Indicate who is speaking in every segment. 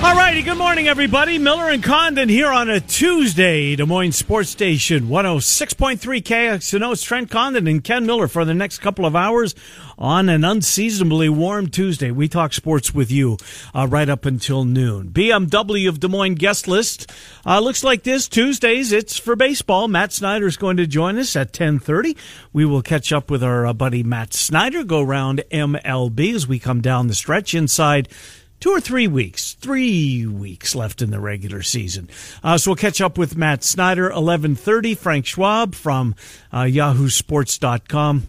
Speaker 1: All righty, good morning, everybody. Miller and Condon here on a Tuesday, Des Moines Sports Station 106.3 KXNO. It's Trent Condon and Ken Miller for the next couple of hours on an unseasonably warm Tuesday. We talk sports with you uh, right up until noon. BMW of Des Moines guest list uh, looks like this. Tuesdays, it's for baseball. Matt Snyder's going to join us at 1030. We will catch up with our uh, buddy Matt Snyder, go round MLB as we come down the stretch inside two or three weeks, three weeks left in the regular season. Uh, so we'll catch up with Matt Snyder, 1130, Frank Schwab from uh, yahoosports.com.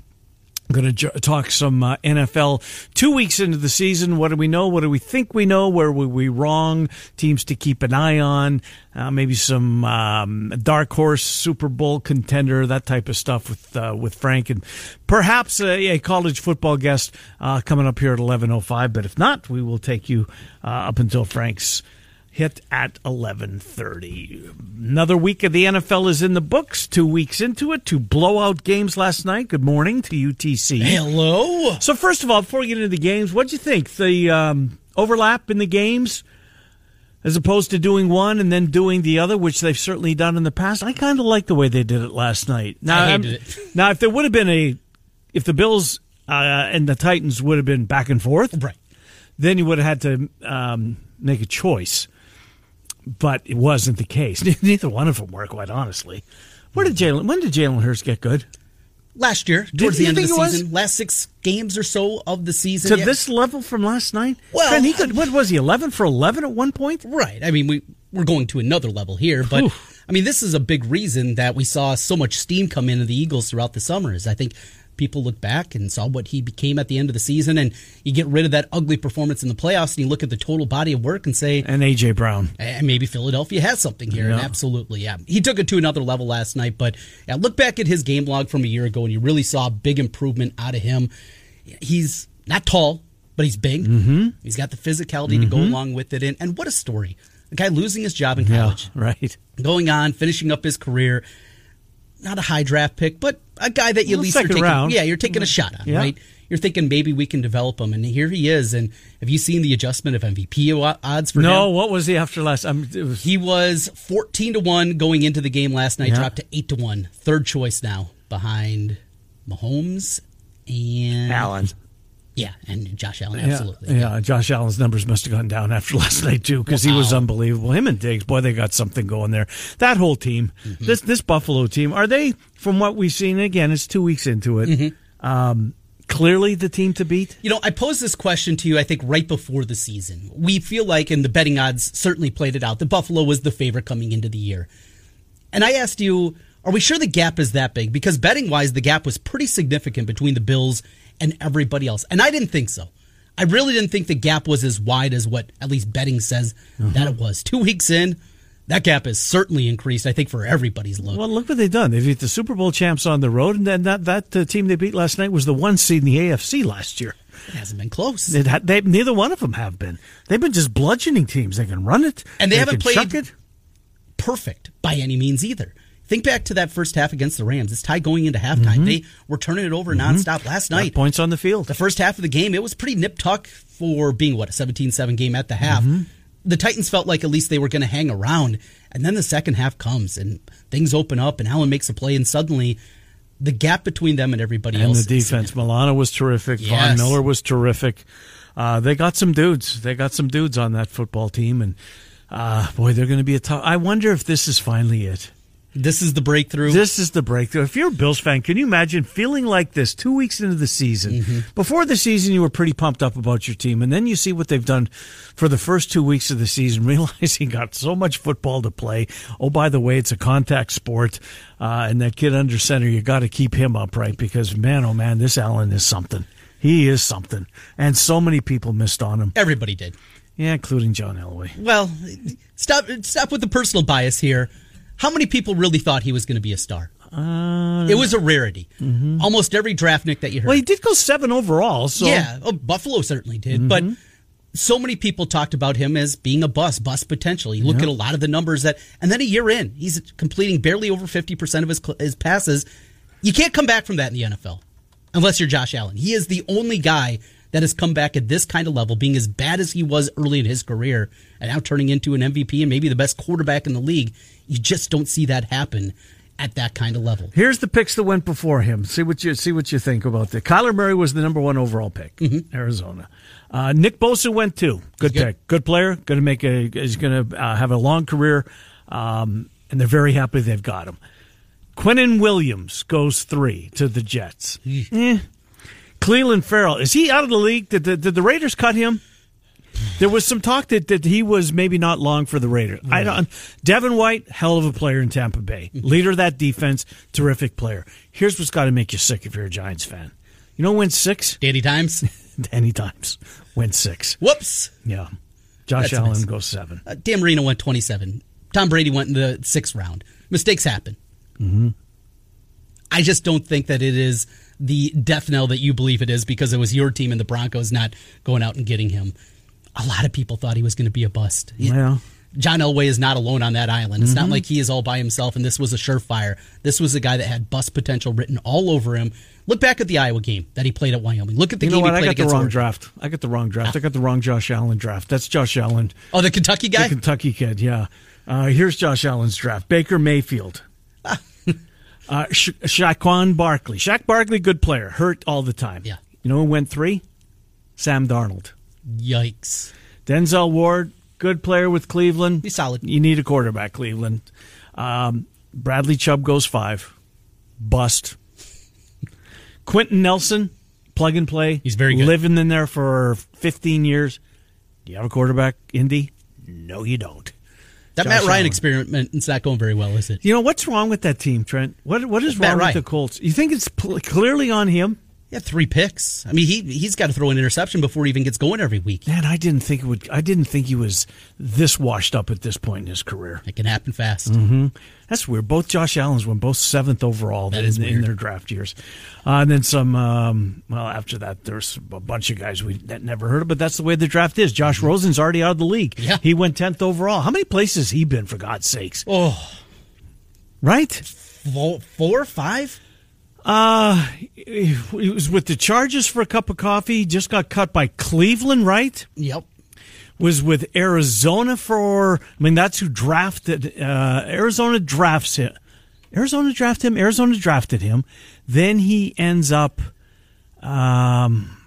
Speaker 1: I'm going to jo- talk some uh, NFL two weeks into the season. What do we know? What do we think we know? Where were we wrong? Teams to keep an eye on. Uh, maybe some um, dark horse Super Bowl contender, that type of stuff with uh, with Frank, and perhaps a, a college football guest uh, coming up here at eleven oh five. But if not, we will take you uh, up until Frank's hit at 11:30. Another week of the NFL is in the books. 2 weeks into it, two blowout games last night. Good morning to UTC.
Speaker 2: Hello.
Speaker 1: So first of all, before we get into the games, what'd you think? The um, overlap in the games, as opposed to doing one and then doing the other, which they've certainly done in the past. I kind of like the way they did it last night. Now,
Speaker 2: I
Speaker 1: I'm-
Speaker 2: hated it.
Speaker 1: now if there would have been a, if the Bills uh, and the Titans would have been back and forth,
Speaker 2: Right.
Speaker 1: then you would have had to um, make a choice. But it wasn't the case. Neither one of them were, quite honestly. Where did Jalen? When did Jalen Hurst get good?
Speaker 2: Last year, towards
Speaker 1: you
Speaker 2: the end of the
Speaker 1: think it was?
Speaker 2: season, last six games or so of the season.
Speaker 1: to
Speaker 2: yeah.
Speaker 1: this level from last night?
Speaker 2: Well,
Speaker 1: Then he could. What was he? Eleven for eleven at one point.
Speaker 2: Right. I mean, we we're going to another level here, but
Speaker 1: Whew.
Speaker 2: I mean, this is a big reason that we saw so much steam come into the Eagles throughout the summer. Is I think people look back and saw what he became at the end of the season, and you get rid of that ugly performance in the playoffs, and you look at the total body of work and say,
Speaker 1: And AJ Brown.
Speaker 2: and maybe Philadelphia has something here. And absolutely, yeah. He took it to another level last night. But yeah, look back at his game log from a year ago, and you really saw a big improvement out of him. He's not tall, but he's big. Mm-hmm. He's got the physicality to go
Speaker 1: Mm-hmm.
Speaker 2: along with it. And, and what a story. A guy losing his job in college,
Speaker 1: Right.
Speaker 2: going on, finishing up his career. Not a high draft pick, but a guy that you
Speaker 1: Well,
Speaker 2: at least are
Speaker 1: second
Speaker 2: taking,
Speaker 1: round.
Speaker 2: yeah, you're taking a shot on,
Speaker 1: Yeah.
Speaker 2: right? You're thinking maybe we can develop him, and here he is. And have you seen the adjustment of MVP o- odds for him?
Speaker 1: No. What was he after last? I'm, it was,
Speaker 2: He was 14 to 1 going into the game last night,
Speaker 1: Yeah.
Speaker 2: dropped to 8 to 1. Third choice now behind Mahomes and Yeah, and Josh Allen
Speaker 1: Yeah,
Speaker 2: absolutely.
Speaker 1: Yeah, Josh Allen's numbers must have gone down after last night too, because he was
Speaker 2: Wow.
Speaker 1: unbelievable. Him and Diggs, boy, they got something going there. That whole team,
Speaker 2: Mm-hmm.
Speaker 1: this this Buffalo team, are they? From what we've seen, again, it's two weeks into it.
Speaker 2: Mm-hmm.
Speaker 1: Um, clearly, the team to beat.
Speaker 2: You know, I posed this question to you, I think, right before the season. We feel like, and the betting odds certainly played it out, that Buffalo was the favorite coming into the year. And I asked you, are we sure the gap is that big? Because betting wise, the gap was pretty significant between the Bills and everybody else. And I didn't think so. I really didn't think the gap was as wide as what at least betting says
Speaker 1: Uh-huh.
Speaker 2: that it was. Two weeks in, that gap has certainly increased, I think, for everybody's look.
Speaker 1: Well, look what they've done. They beat the Super Bowl champs on the road, and then that that uh, team they beat last night was the one seed in the AFC last year.
Speaker 2: it hasn't been close.
Speaker 1: It ha- they, neither one of them have been. They've been just bludgeoning teams. They can run it,
Speaker 2: And they haven't
Speaker 1: can chuck
Speaker 2: played-
Speaker 1: it.
Speaker 2: perfect by any means either. Think back to that first half against the Rams. It's tied going into halftime.
Speaker 1: Mm-hmm.
Speaker 2: They were turning it over nonstop last night.
Speaker 1: Points on the field.
Speaker 2: The first half of the game, it was pretty nip tuck for being what a 17-7 game at the half.
Speaker 1: Mm-hmm.
Speaker 2: The Titans felt like at least they were going to hang around, and then the second half comes and things open up, and Allen makes a play, and suddenly the gap between them and everybody
Speaker 1: and
Speaker 2: else.
Speaker 1: the defense. Milano was terrific. Von
Speaker 2: Yes.
Speaker 1: Miller was terrific. Uh, they got some dudes. They got some dudes on that football team, and uh, boy, they're going to be a tough. I wonder if this is finally it.
Speaker 2: This is the breakthrough.
Speaker 1: This is the breakthrough. If you're a Bills fan, can you imagine feeling like this two weeks into the season? Before the season, you were pretty pumped up about your team, and then you see what they've done for the first two weeks of the season, realizing got so much football to play. Oh, by the way, it's a contact sport, uh, and that kid under center, you got to keep him upright because man, oh man, this Allen is something. He is something, and so many people missed on him.
Speaker 2: everybody did.
Speaker 1: Yeah, including John Elway.
Speaker 2: Well, stop stop with the personal bias here. How many people really thought he was going to be a star? it was a rarity. Almost every draft nick that you heard.
Speaker 1: Well, he did go seven overall, so
Speaker 2: yeah, oh, Buffalo certainly did, but so many people talked about him as being a bust, bust potential. You look at a lot of the numbers that, and then a year in, he's completing barely over fifty percent of his cl- his passes. You can't come back from that in the NFL unless you're Josh Allen. He is the only guy that has come back at this kind of level, being as bad as he was early in his career, and now turning into an MVP and maybe the best quarterback in the league. You just don't see that happen at that kind of level.
Speaker 1: Here's the picks that went before him. See what you see what you think about that. Kyler Murray was the number one overall pick, Arizona. Uh, Nick Bosa went two. Good
Speaker 2: He's good.
Speaker 1: pick, good player. Going to make a. He's going to uh, have a long career, um, and they're very happy they've got him. Quinnen Williams goes three to the Jets. Eh. Cleveland Farrell is he out of the league? Did the, did the Raiders cut him? There was some talk that, that he was maybe not long for the Raiders. I don't. Devin White, hell of a player in Tampa Bay, leader of that defense, terrific player. Here's what's got to make you sick if you're a Giants fan. You know, win six
Speaker 2: Danny Dimes,
Speaker 1: any times. Win six.
Speaker 2: whoops.
Speaker 1: Yeah, Josh
Speaker 2: That's
Speaker 1: Allen
Speaker 2: nice.
Speaker 1: goes seven.
Speaker 2: Uh, Dan Marino went 27. Tom Brady went in the sixth round. Mistakes happen. Mm-hmm. I just don't think that it is the death knell that you believe it is because it was your team and the Broncos not going out and getting him. A lot of people thought he was going to be a bust.
Speaker 1: Yeah. Mm-hmm.
Speaker 2: John Elway is not alone on that island. It's not like he is all by himself and this was a surefire. This was a guy that had bust potential written all over him. Look back at the Iowa game that he played at Wyoming. Look at the
Speaker 1: You know
Speaker 2: game
Speaker 1: what?
Speaker 2: he
Speaker 1: I
Speaker 2: played
Speaker 1: got the
Speaker 2: against
Speaker 1: wrong
Speaker 2: Oregon.
Speaker 1: draft. I got the wrong draft. I got the wrong Josh Allen draft. That's Josh Allen,
Speaker 2: Oh, the Kentucky guy?
Speaker 1: the Kentucky kid. Yeah. Uh, here's Josh Allen's draft. Baker Mayfield.
Speaker 2: Ah.
Speaker 1: Uh, Sha- Shaquan Barkley. Shaq Barkley, good player, hurt all the time.
Speaker 2: Yeah.
Speaker 1: You know who went three? Sam Darnold.
Speaker 2: Yikes.
Speaker 1: Denzel Ward, good player with Cleveland.
Speaker 2: He's solid.
Speaker 1: You need a quarterback, Cleveland. Um, Bradley Chubb goes five. Bust. Quentin Nelson, plug and play.
Speaker 2: He's very good.
Speaker 1: Living in there for 15 years. Do you have a quarterback, Indy? No, you don't.
Speaker 2: That
Speaker 1: Josh
Speaker 2: Matt Ryan
Speaker 1: Allen.
Speaker 2: experiment is not going very well, is it?
Speaker 1: You know what's wrong with that team, Trent? What what is
Speaker 2: Matt
Speaker 1: wrong
Speaker 2: Ryan.
Speaker 1: with the Colts? You think it's pl- clearly on him?
Speaker 2: He had three picks. I mean, he he's got to throw an interception before he even gets going every week.
Speaker 1: Man, I didn't think it would. I didn't think he was this washed up at this point in his career.
Speaker 2: It can happen fast.
Speaker 1: Mm-hmm. That's weird. Both Josh Allen's went both seventh overall
Speaker 2: That
Speaker 1: in,
Speaker 2: is
Speaker 1: in
Speaker 2: weird.
Speaker 1: their draft years, uh, and then some. Um, well, after that, there's a bunch of guys we that never heard of, but that's the way the draft is. Josh Rosen's already out of the league.
Speaker 2: Mm-hmm. Yeah.
Speaker 1: he went tenth overall. How many places has he been for God's sakes?
Speaker 2: Oh,
Speaker 1: Right?
Speaker 2: four, four, five.
Speaker 1: He Uh, was with the Chargers for a cup of coffee. Just got cut by Cleveland. Right?
Speaker 2: Yep.
Speaker 1: was with Arizona for. I mean, that's who drafted. Uh, Arizona drafts him. Arizona drafted him. Arizona drafted him. Then he ends up. Um,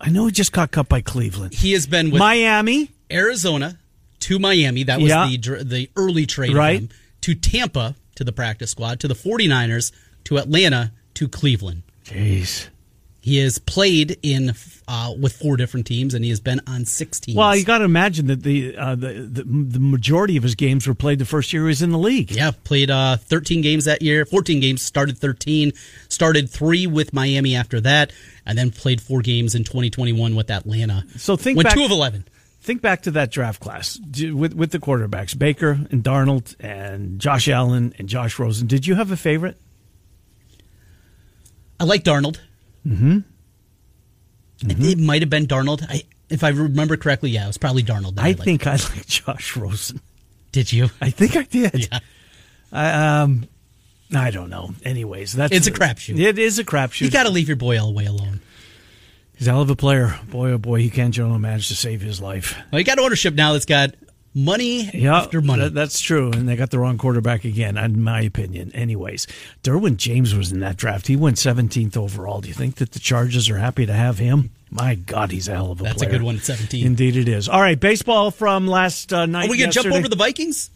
Speaker 1: I know he just got cut by Cleveland,
Speaker 2: He has been with
Speaker 1: Miami.
Speaker 2: Arizona to Miami. That was
Speaker 1: Yeah.
Speaker 2: the dr- the early trade. of
Speaker 1: Right.
Speaker 2: him, to Tampa to the practice squad to the 49ers to Atlanta to Cleveland.
Speaker 1: Jeez.
Speaker 2: He has played in uh, with four different teams and he has been on six teams.
Speaker 1: Well, you got to imagine that the, uh, the the the majority of his games were played the first year he was in the league.
Speaker 2: Yeah, played uh, 13 games that year, 14 games, started 13, started three with Miami after that, and then played four games in 2021 with Atlanta.
Speaker 1: So think
Speaker 2: Went
Speaker 1: back-
Speaker 2: two of 11.
Speaker 1: Think back to that draft class d- with with the quarterbacks Baker and Darnold and Josh Allen and Josh Rosen. Did you have a favorite?
Speaker 2: I like Darnold. Mm-hmm. It, it might have been Darnold. I, if I remember correctly, yeah, it was probably Darnold. that
Speaker 1: I
Speaker 2: liked.
Speaker 1: think I like Josh Rosen.
Speaker 2: Did you?
Speaker 1: I think I did.
Speaker 2: Yeah.
Speaker 1: I, um, I don't know. Anyways, that's
Speaker 2: It's a crapshoot.
Speaker 1: It is a
Speaker 2: You
Speaker 1: crapshoot.
Speaker 2: got to leave your boy Elway alone.
Speaker 1: He's a hell of a player. Boy, oh boy, he can generally manage to save his life.
Speaker 2: Well, you got ownership now that's got money
Speaker 1: Yeah,
Speaker 2: after money.
Speaker 1: that- that's true. And they got the wrong quarterback again, in my opinion. Anyways, Derwin James was in that draft. He went 17th overall. Do you think that the Chargers are happy to have him? My God, he's a hell of a
Speaker 2: That's a
Speaker 1: player.
Speaker 2: good one at 17.
Speaker 1: Indeed, it is. All right, baseball from last uh, night.
Speaker 2: Are Oh, we going to jump
Speaker 1: yesterday.
Speaker 2: over the Vikings?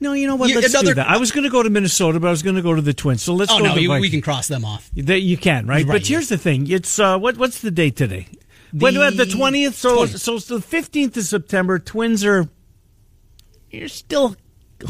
Speaker 1: No, you know what?
Speaker 2: You-
Speaker 1: let's
Speaker 2: another-
Speaker 1: do that. I was going to go to Minnesota, but I was going to go to the Twins. So let's
Speaker 2: Oh,
Speaker 1: go
Speaker 2: no,
Speaker 1: to the
Speaker 2: you, we
Speaker 1: Vikings.
Speaker 2: can cross them off.
Speaker 1: That you can, right?
Speaker 2: Right,
Speaker 1: But here's the thing: it's uh, what what's the date today?
Speaker 2: The
Speaker 1: When- when- The twentieth. So
Speaker 2: 20th.
Speaker 1: so it's the fifteenth of September. Twins are you're still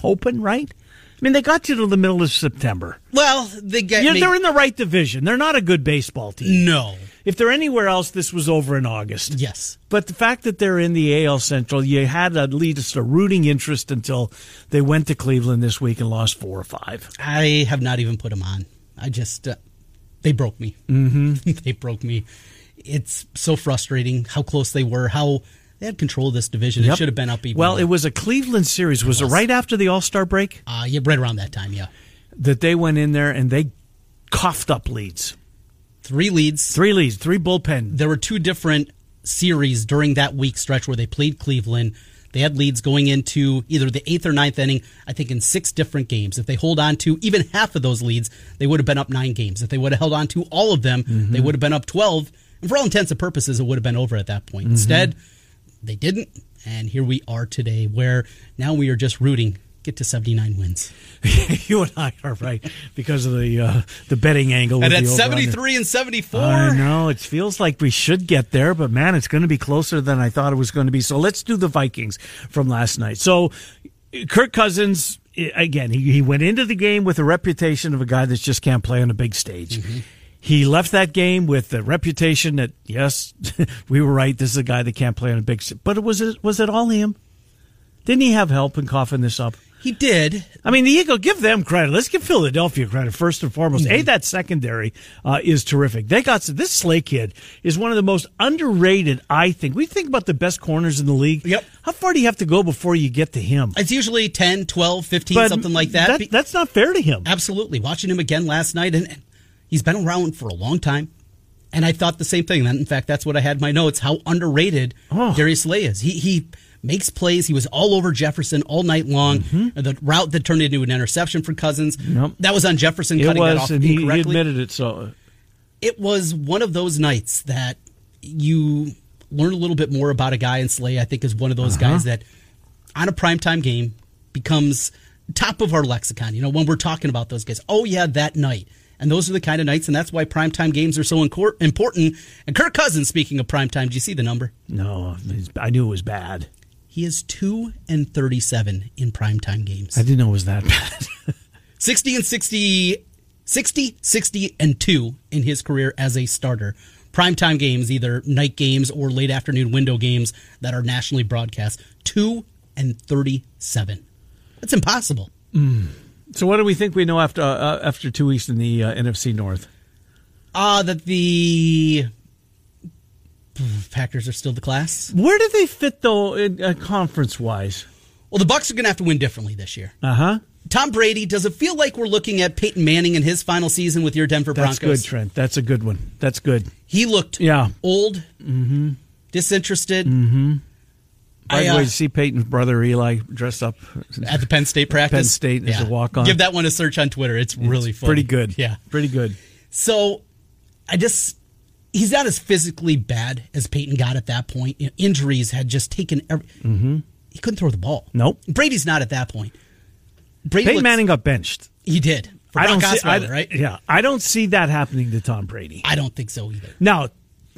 Speaker 1: hoping, right? mean, they got you to the middle of September.
Speaker 2: Well, they get.
Speaker 1: You know,
Speaker 2: me-
Speaker 1: they're in the right division. They're not a good baseball team.
Speaker 2: no.
Speaker 1: If they're anywhere else, this was over in August.
Speaker 2: Yes.
Speaker 1: But the fact that they're in the AL Central, you had at least a rooting interest until they went to Cleveland this week and lost four or five.
Speaker 2: I have not even put them on. I just uh, they broke me.
Speaker 1: Mm-hmm.
Speaker 2: they broke me. It's so frustrating how close they were. How they had control of this division. It
Speaker 1: Yep.
Speaker 2: should have been up even.
Speaker 1: Well,
Speaker 2: more.
Speaker 1: it was a Cleveland series. Was it right after the All Star break
Speaker 2: Uh, yeah, right around that time. Yeah,
Speaker 1: that they went in there and they coughed up leads?
Speaker 2: three leads.
Speaker 1: Three leads, three bullpen.
Speaker 2: There were two different series during that week stretch where they played Cleveland. They had leads going into either the eighth or ninth inning. I think in six different games. If they hold on to even half of those leads, they would have been up nine games. If they would have held on to all of them,
Speaker 1: Mm-hmm.
Speaker 2: they would have been up twelve. And for all intents and purposes, it would have been over at that
Speaker 1: Mm-hmm.
Speaker 2: point. Instead, they didn't. And here we are today, where now we are just rooting get to seventy nine wins.
Speaker 1: you and I are right because of the uh, the betting angle. with
Speaker 2: And at
Speaker 1: the over-under.
Speaker 2: seventy three and seventy
Speaker 1: I
Speaker 2: four,
Speaker 1: know. It feels like we should get there, but man, it's going to be closer than I thought it was going to be. So let's do the Vikings from last night. So Kirk Cousins, i- again, he, he went into the game with a reputation of a guy that just can't play on a big stage. He left that game with the reputation that, yes, we were right. This is a guy that can't play on a big stage. But it was, it, was it all him? Didn't he have help in coughing this up?
Speaker 2: he did.
Speaker 1: I mean, the Eagle, give them credit. Let's give Philadelphia credit first and foremost.
Speaker 2: Mm-hmm.
Speaker 1: A, that secondary uh, is terrific. They got this Slay kid is one of the most underrated, I think. We think about the best corners in the league.
Speaker 2: Yep.
Speaker 1: How far do you have to go before you get to him?
Speaker 2: It's usually 10, 12, 15,
Speaker 1: But
Speaker 2: something like that. Be-
Speaker 1: That's not fair to him.
Speaker 2: Absolutely. Watching him again last night, and and he's been around for a long time. And I thought the same thing. And in fact, that's what I had in my notes how underrated Darius Slay is. He, he makes plays. He was all over Jefferson all night long.
Speaker 1: Mm-hmm.
Speaker 2: The route that turned into an interception for Cousins. That was on Jefferson
Speaker 1: It
Speaker 2: cutting that
Speaker 1: was,
Speaker 2: off
Speaker 1: and he, he
Speaker 2: incorrectly
Speaker 1: admitted it. So uh,
Speaker 2: it was one of those nights that you learn a little bit more about a guy and Slay I think is one of those guys that on a primetime game becomes top of our lexicon, you know, when we're talking about those guys. Oh yeah, that night. And those are the kind of nights and that's why primetime games are so incor- important. And Kirk Cousins speaking of primetime, do you see the number?
Speaker 1: no, it's- I knew it was bad.
Speaker 2: He is 2 and 37 in primetime games.
Speaker 1: I didn't know it was that bad.
Speaker 2: 60 and 60, 60, 60 and 2 in his career as a starter. Primetime games, either night games or late afternoon window games that are nationally broadcast. 2 and 37. That's impossible.
Speaker 1: so what do we think we know after uh, after two weeks in the uh, NFC North?
Speaker 2: Ah, that the Packers are still the class.
Speaker 1: Where do they fit though, in, uh, conference wise?
Speaker 2: Well, the Bucks are going to have to win differently this year.
Speaker 1: Uh huh.
Speaker 2: Tom Brady, does it feel like we're looking at Peyton Manning in his final season with your Denver
Speaker 1: That's
Speaker 2: Broncos?
Speaker 1: good, Trent. That's a good one. That's good.
Speaker 2: He looked
Speaker 1: Yeah. Mm-hmm.
Speaker 2: old, disinterested.
Speaker 1: By
Speaker 2: I,
Speaker 1: the
Speaker 2: uh,
Speaker 1: way, to see Peyton's brother Eli dressed up.
Speaker 2: at the Penn State practice.
Speaker 1: Penn State as a walk-on.
Speaker 2: Give that one a search on Twitter. It's really funny.
Speaker 1: Pretty good.
Speaker 2: Yeah.
Speaker 1: Pretty good.
Speaker 2: So I just he's not as physically bad as Peyton got at that point. You know, injuries had just taken every. He couldn't throw the ball.
Speaker 1: Mm-hmm. Nope.
Speaker 2: Brady's not at that point. Brady
Speaker 1: Peyton
Speaker 2: looks-
Speaker 1: Manning got benched.
Speaker 2: He did. For
Speaker 1: I don't
Speaker 2: Brock
Speaker 1: see
Speaker 2: Osweiler,
Speaker 1: I-
Speaker 2: right?
Speaker 1: Yeah. I don't see that happening to Tom Brady.
Speaker 2: I don't think so either.
Speaker 1: Now,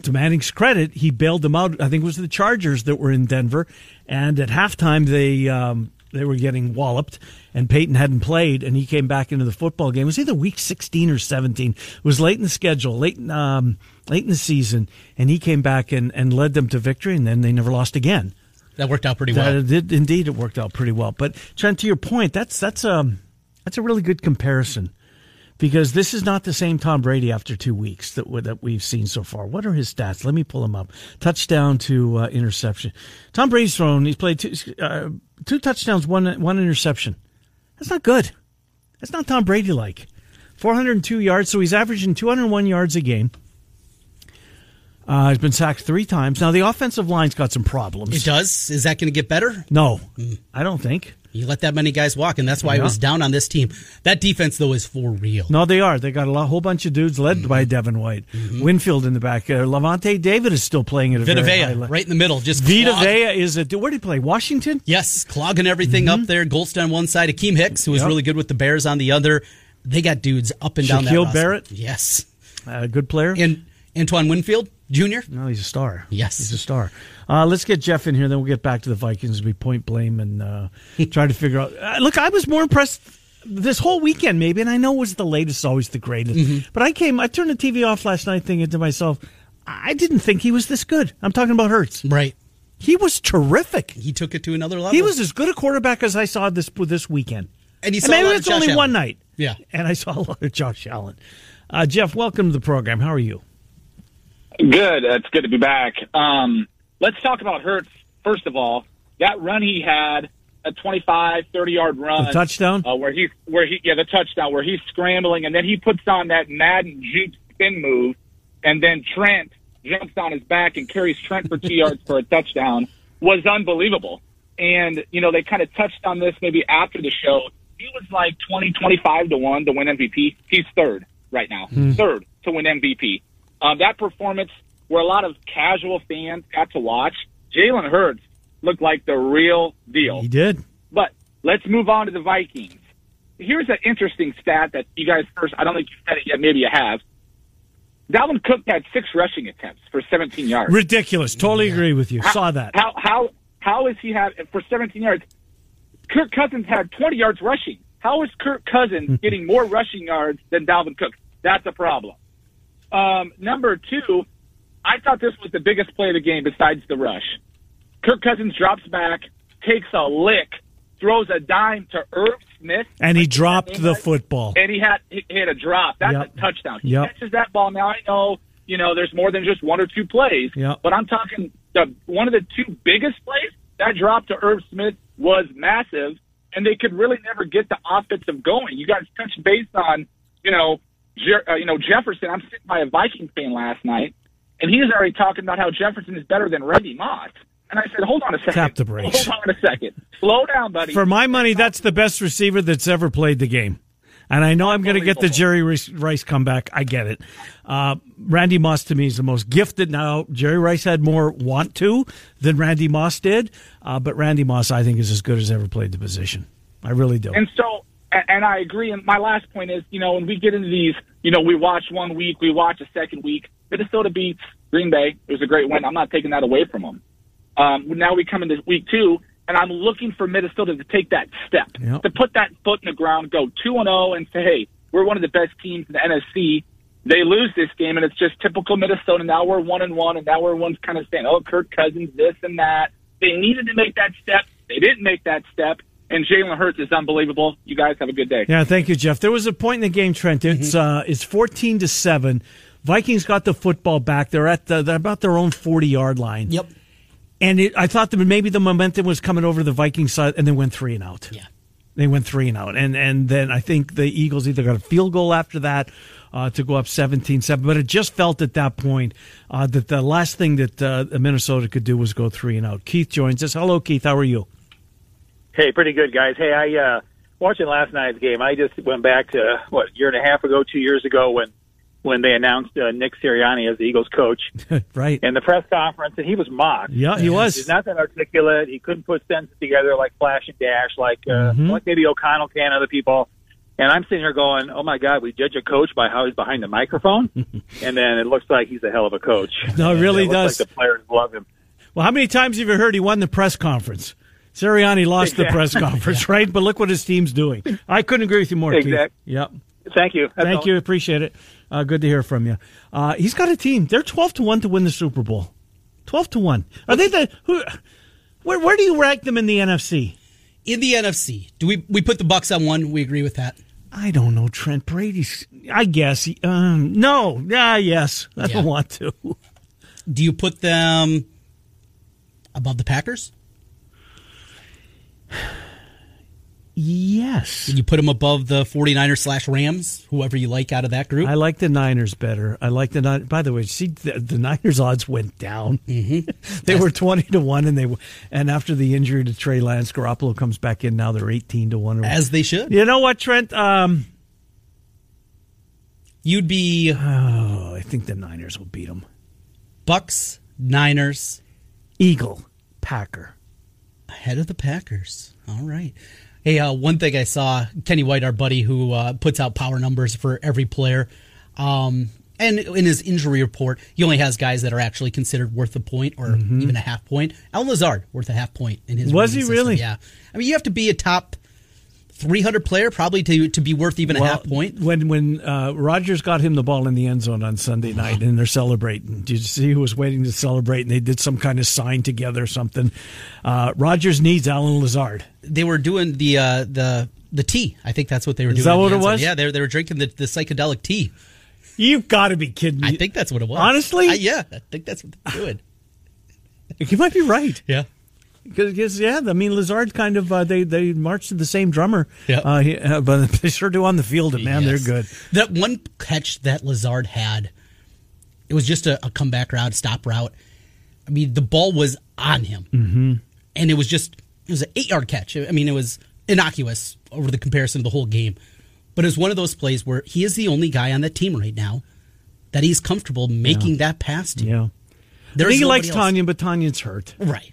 Speaker 1: to Manning's credit, he bailed them out. I think it was the Chargers that were in Denver, and at halftime they um, they were getting walloped, and Peyton hadn't played, and he came back into the football game. It was either week sixteen or seventeen. It was late in the schedule, late in, um, late in the season, and he came back and, and led them to victory, and then they never lost again.
Speaker 2: That worked out pretty
Speaker 1: That
Speaker 2: well.
Speaker 1: did, indeed, it worked out pretty well. But Trent, to your point, that's that's um that's a really good comparison because this is not the same Tom Brady after two weeks that we- that we've seen so far. What are his stats? Let me pull them up. Touchdown to uh, interception. Tom Brady's thrown. He's played two, uh, two touchdowns, one one interception. That's not good. That's not Tom Brady like. 402 yards, so he's averaging 201 yards a game. Uh, he's been sacked three times. Now the offensive line's got some problems.
Speaker 2: It does. Is that going to get better?
Speaker 1: No,
Speaker 2: Hmm.
Speaker 1: I don't think.
Speaker 2: You let that many guys walk, and that's why I was down on this team. That defense, though, is for real.
Speaker 1: No, they are. They got a lot, whole bunch of dudes led
Speaker 2: Hmm.
Speaker 1: by Devin White, Winfield in the back. Uh, Levante David is still playing at a
Speaker 2: Vita
Speaker 1: very high
Speaker 2: Vea,
Speaker 1: level.
Speaker 2: right in the middle, just
Speaker 1: Vita
Speaker 2: clog-
Speaker 1: Vea is a. Where did he play? Washington.
Speaker 2: Yes, clogging everything up there. Goldstein on one side, Akeem Hicks, who was
Speaker 1: Mm-hmm. Yep.
Speaker 2: really good with the Bears, on the other. They got dudes up and down that
Speaker 1: Shaquille
Speaker 2: roster.
Speaker 1: Barrett?
Speaker 2: Yes.
Speaker 1: Uh, good player.
Speaker 2: And Antoine Winfield Jr.
Speaker 1: no, he's a star.
Speaker 2: Yes.
Speaker 1: he's a star. Uh, let's get Jeff in here, then we'll get back to the Vikings. We point blame and uh, try to figure out. Uh, look, I was more impressed this whole weekend, maybe, and I know it was the latest, always the greatest.
Speaker 2: Mm-hmm.
Speaker 1: But I came, I turned the TV off last night, thinking to myself, I didn't think he was this good. I'm talking about Hurts.
Speaker 2: Right.
Speaker 1: He was terrific.
Speaker 2: He took it to another level.
Speaker 1: He was as good a quarterback as I saw this this weekend.
Speaker 2: And he saw a
Speaker 1: maybe
Speaker 2: lot of
Speaker 1: it's
Speaker 2: Josh
Speaker 1: only
Speaker 2: Allen.
Speaker 1: one night.
Speaker 2: Yeah.
Speaker 1: And I saw a lot of Josh Allen. Uh, Jeff, welcome to the program. How are you?
Speaker 3: Good. It's good to be back. Um, let's talk about Hertz. First of all, that run he had, a 25, 30 yard run.
Speaker 1: The touchdown?
Speaker 3: Uh, where he, where he, yeah, the touchdown, where he's scrambling and then he puts on that Madden juke spin move and then Trent jumps on his back and carries Trent for two yards for a touchdown was unbelievable. And, you know, they kind of touched on this maybe after the show. He was like 20, 25 to 1 to win MVP. He's third right now,
Speaker 1: Hmm.
Speaker 3: third to win MVP. Um, that performance where a lot of casual fans got to watch, Jalen Hurts looked like the real deal.
Speaker 1: He did.
Speaker 3: But let's move on to the Vikings. Here's an interesting stat that you guys first, I don't think you said it yet, maybe you have. Dalvin Cook had six rushing attempts for 17 yards.
Speaker 1: Ridiculous. Totally agree with you. Saw that.
Speaker 3: How, how, how is he have for 17 yards? Kirk Cousins had 20 yards rushing. How is Kirk
Speaker 1: Hmm.
Speaker 3: Cousins getting more rushing yards than Dalvin Cook? That's a problem. Um, number two, I thought this was the biggest play of the game besides the rush. Kirk Cousins drops back, takes a lick, throws a dime to Irv Smith,
Speaker 1: And he dropped the football.
Speaker 3: and he had he he had a drop. That's
Speaker 1: Yep.
Speaker 3: a touchdown. He
Speaker 1: Yep.
Speaker 3: catches that ball. Now I know you know there's more than just one or two plays,
Speaker 1: Yep.
Speaker 3: but I'm talking the one of the two biggest plays. That drop to Herb Smith was massive, and they could really never get the offensive going. You guys touched base on you know Je- uh, you know Jefferson. I'm sitting by a Viking fan last night, and he's already talking about how Jefferson is better than Randy Moss. And I said, hold on a second.
Speaker 1: Tap the brakes.
Speaker 3: Hold on a second. Slow down, buddy.
Speaker 1: For my money, that's the best receiver that's ever played the game. And I know I'm going to get the Jerry Rice- Rice comeback. I get it. Uh, Randy Moss to me is the most gifted. Now Jerry Rice had more want to than Randy Moss did, uh, but Randy Moss I think is as good as ever played the position. I really do.
Speaker 3: And so, a- and I agree. And my last point is, you know, when we get into these, you know, we watch one week, we watch a second week. Minnesota beats Green Bay. It was a great win. I'm not taking that away from them. Um, now we come into week two, and I'm looking for Minnesota to take that step,
Speaker 1: Yep.
Speaker 3: to put that foot in the ground, go 2 and 0, and say, hey, we're one of the best teams in the NFC. They lose this game, and it's just typical Minnesota. Now we're 1 and 1, and now everyone's kind of saying, oh, Kirk Cousins, this and that. They needed to make that step. They didn't make that step. And Jalen Hurts is unbelievable. You guys have a good day.
Speaker 1: Yeah, thank you, Jeff. There was a point in the game, Trent. It's uh, it's fourteen to seven. Vikings got the football back. They're at the, they're about their own forty yard line.
Speaker 2: Yep.
Speaker 1: And it, I thought that maybe the momentum was coming over to the Vikings side, and they went three and out.
Speaker 2: Yeah.
Speaker 1: They went three and out. And and then I think the Eagles either got a field goal after that uh, to go up 17 7. But it just felt at that point uh, that the last thing that uh, Minnesota could do was go three and out. Keith joins us. Hello, Keith. How are you?
Speaker 4: Hey, pretty good guys. Hey, I uh watching last night's game. I just went back to what a year and a half ago, two years ago when when they announced uh, Nick Sirianni as the Eagles coach
Speaker 1: right.
Speaker 4: in the press conference, and he was mocked.
Speaker 1: Yeah, he was.
Speaker 4: He's not that articulate. He couldn't put sentences together like Flash and Dash, like uh,
Speaker 1: Mm-hmm.
Speaker 4: like maybe O'Connell can, other people. And I'm sitting here going, "Oh my God, we judge a coach by how he's behind the microphone," and then it looks like he's a hell of a coach.
Speaker 1: No, it
Speaker 4: And uh,
Speaker 1: really
Speaker 4: it looks
Speaker 1: does.
Speaker 4: Like the players love him.
Speaker 1: Well, how many times have you heard he won the press conference? Sirianni lost the press conference, right? But look what his team's doing. I couldn't agree with you more,
Speaker 4: Exact-
Speaker 1: Keith. Yep.
Speaker 4: Thank you. That's
Speaker 1: Thank
Speaker 4: all.
Speaker 1: you. Appreciate it. Uh, good to hear from you. Uh, he's got a team. They're twelve to one to win the Super Bowl. Twelve to one. Are they the who? Where where do you rank them in the NFC?
Speaker 2: In the NFC, do we we put the Bucks on one? We agree with that.
Speaker 1: I don't know. Trent Brady's. I guess. Um, no. Ah, yes. I
Speaker 2: Yeah.
Speaker 1: don't want to.
Speaker 2: Do you put them above the Packers?
Speaker 1: Yes.
Speaker 2: You put them above the 49ers slash Rams, whoever you like out of that group.
Speaker 1: I like the Niners better. I like the Niners. By the way, see the, the Niners odds went down. Mm-hmm. they were twenty to one, and they w- and after the injury to Trey Lance, Garoppolo comes back in. Now they're eighteen to one.
Speaker 2: as they should.
Speaker 1: you know what, Trent? Um,
Speaker 2: You'd be
Speaker 1: Oh, I think the Niners will beat them.
Speaker 2: Bucks, Niners,
Speaker 1: Eagle, Packer.
Speaker 2: ahead of the Packers. All right. Hey, uh, one thing I saw Kenny White, our buddy who uh, puts out power numbers for every player, um, and in his injury report, he only has guys that are actually considered worth a point or even a half point. Al Lazard worth a half point in his
Speaker 1: Mm-hmm. Was
Speaker 2: rating
Speaker 1: he
Speaker 2: system,
Speaker 1: really?
Speaker 2: Yeah. I mean, you have to be a top 300 player probably to, to be worth even a half point.
Speaker 1: When when uh, Rogers got him the ball in the end zone on Sunday
Speaker 2: Uh-huh.
Speaker 1: night, and they're celebrating. Did you see who was waiting to celebrate? And they did some kind of sign together, or something. Uh, Rogers needs Alan Lazard.
Speaker 2: They were doing the uh, the the tea. I think that's what they were doing.
Speaker 1: that
Speaker 2: in the
Speaker 1: what it
Speaker 2: end zone.
Speaker 1: was?
Speaker 2: Yeah, they were, they were drinking the, the psychedelic tea.
Speaker 1: You've got to be kidding me!
Speaker 2: I think that's what it was.
Speaker 1: Honestly?
Speaker 2: I- yeah, I think that's what they're doing.
Speaker 1: you might be right.
Speaker 2: Yeah.
Speaker 1: Because yeah, I mean Lazard kind of uh, they they march to the same drummer.
Speaker 2: Yeah.
Speaker 1: uh, he- uh, but they sure do on the field. And man,
Speaker 2: Yes.
Speaker 1: they're good.
Speaker 2: That one catch that Lazard had, it was just a, a comeback route, stop route. I mean, the ball was on him, mm-hmm. and it was just it was an eight yard catch. I mean, it was innocuous over the comparison of the whole game, but it was one of those plays where he is the only guy on that team right now that he's comfortable making that pass to.
Speaker 1: Yeah, I
Speaker 2: There's
Speaker 1: think he
Speaker 2: nobody
Speaker 1: likes
Speaker 2: else.
Speaker 1: Tanya, but Tanya's hurt.
Speaker 2: right?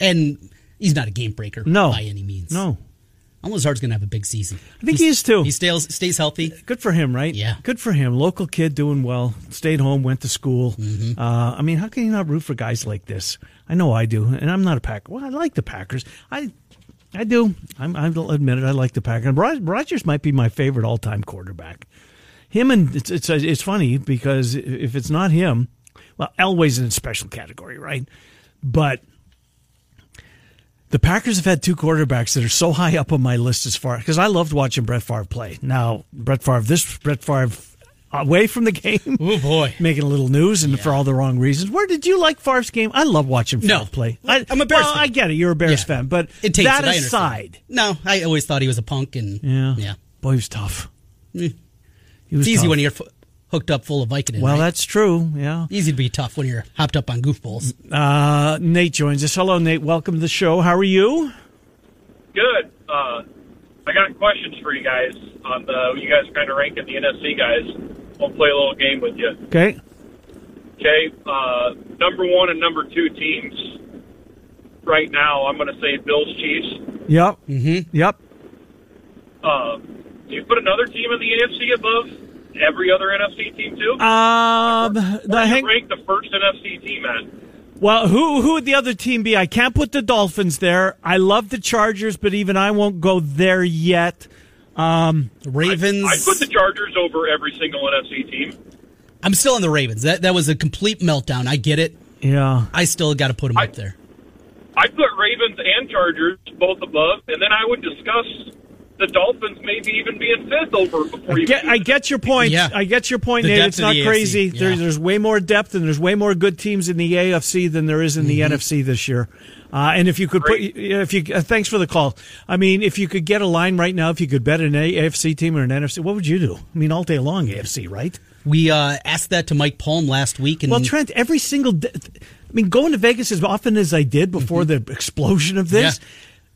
Speaker 2: And he's not a game breaker,
Speaker 1: No,
Speaker 2: by any means.
Speaker 1: No,
Speaker 2: and Lazard's going to have a big season.
Speaker 1: I think he is too.
Speaker 2: He stays stays healthy.
Speaker 1: Good for him, right?
Speaker 2: Yeah.
Speaker 1: Good for him. Local kid doing well. Stayed home, went to school. Uh, I mean, how can you not root for guys like this? I know I do, and I'm not a Packer. Well, I like the Packers. I I do. I'm, I'll admit it. I like the Packers. Rod- Rodgers might be my favorite all time quarterback. Him and it's, it's it's funny because if it's not him, well, Elway's in a special category, right? But the Packers have had two quarterbacks that are so high up on my list as far because I loved watching Brett Favre play. Now Brett Favre, this Brett Favre, away from the game,
Speaker 2: Oh boy.
Speaker 1: making a little news and for all the wrong reasons. Where did you like Favre's game? I love watching Favre
Speaker 2: No.
Speaker 1: play. I,
Speaker 2: Look, I'm a Bears
Speaker 1: Well,
Speaker 2: fan.
Speaker 1: I get it, you're a Bears
Speaker 2: Yeah.
Speaker 1: fan, but
Speaker 2: It takes
Speaker 1: that
Speaker 2: it, I understand.
Speaker 1: aside,
Speaker 2: No, I always thought he was a punk, and
Speaker 1: yeah,
Speaker 2: yeah.
Speaker 1: boy, he was tough.
Speaker 2: Mm.
Speaker 1: He was
Speaker 2: It's easy
Speaker 1: tough.
Speaker 2: when you're f- hooked up full of Vicodin.
Speaker 1: well,
Speaker 2: Well, right?
Speaker 1: that's true. Yeah.
Speaker 2: easy to be tough when you're hopped up on goofballs.
Speaker 1: Uh, Nate joins us. Hello, Nate. Welcome to the show. How are you?
Speaker 5: Good. Uh, I got questions for you guys on the you guys are kind of ranking the NFC guys. We'll play a little game with you.
Speaker 1: Okay.
Speaker 5: Okay, uh, number one and number two teams. Right now, I'm going to say Bills Chiefs.
Speaker 1: Yep. Mm-hmm. Yep.
Speaker 5: Uh, do you put another team in the NFC above every other NFC team too?
Speaker 4: Uh,
Speaker 1: Um, the
Speaker 5: Where do you
Speaker 1: hang-
Speaker 5: rank the first NFC team at.
Speaker 1: Well, who who would the other team be? I can't put the Dolphins there. I love the Chargers, but even I won't go there yet.
Speaker 2: Ravens.
Speaker 5: I put the Chargers over every single NFC team.
Speaker 2: I'm still on the Ravens. That that was a complete meltdown. I get it.
Speaker 1: Yeah.
Speaker 2: I still got to put him
Speaker 5: I-
Speaker 2: up there.
Speaker 5: I put Ravens and Chargers both above, and then I would discuss the Dolphins maybe even being fifth over before
Speaker 1: I
Speaker 5: you.
Speaker 1: get, I get your point.
Speaker 2: Yeah.
Speaker 1: I get your point,
Speaker 2: The
Speaker 1: Nate.
Speaker 2: depth
Speaker 1: It's
Speaker 2: of
Speaker 1: not
Speaker 2: the AFC,
Speaker 1: crazy. There,
Speaker 2: yeah.
Speaker 1: there's way more depth and there's way more good teams in the AFC than there is in
Speaker 2: Mm-hmm.
Speaker 1: the NFC this year. Uh, and if you could
Speaker 5: Great.
Speaker 1: put, if you, uh, thanks for the call. I mean, if you could get a line right now, if you could bet an AFC team or an NFC, what would you do? I mean, all day long, AFC, right?
Speaker 2: We uh, asked that to Mike Palm last week, and
Speaker 1: Well, Trent, every single day, I mean, going to Vegas as often as I did before
Speaker 2: Mm-hmm.
Speaker 1: the explosion of this,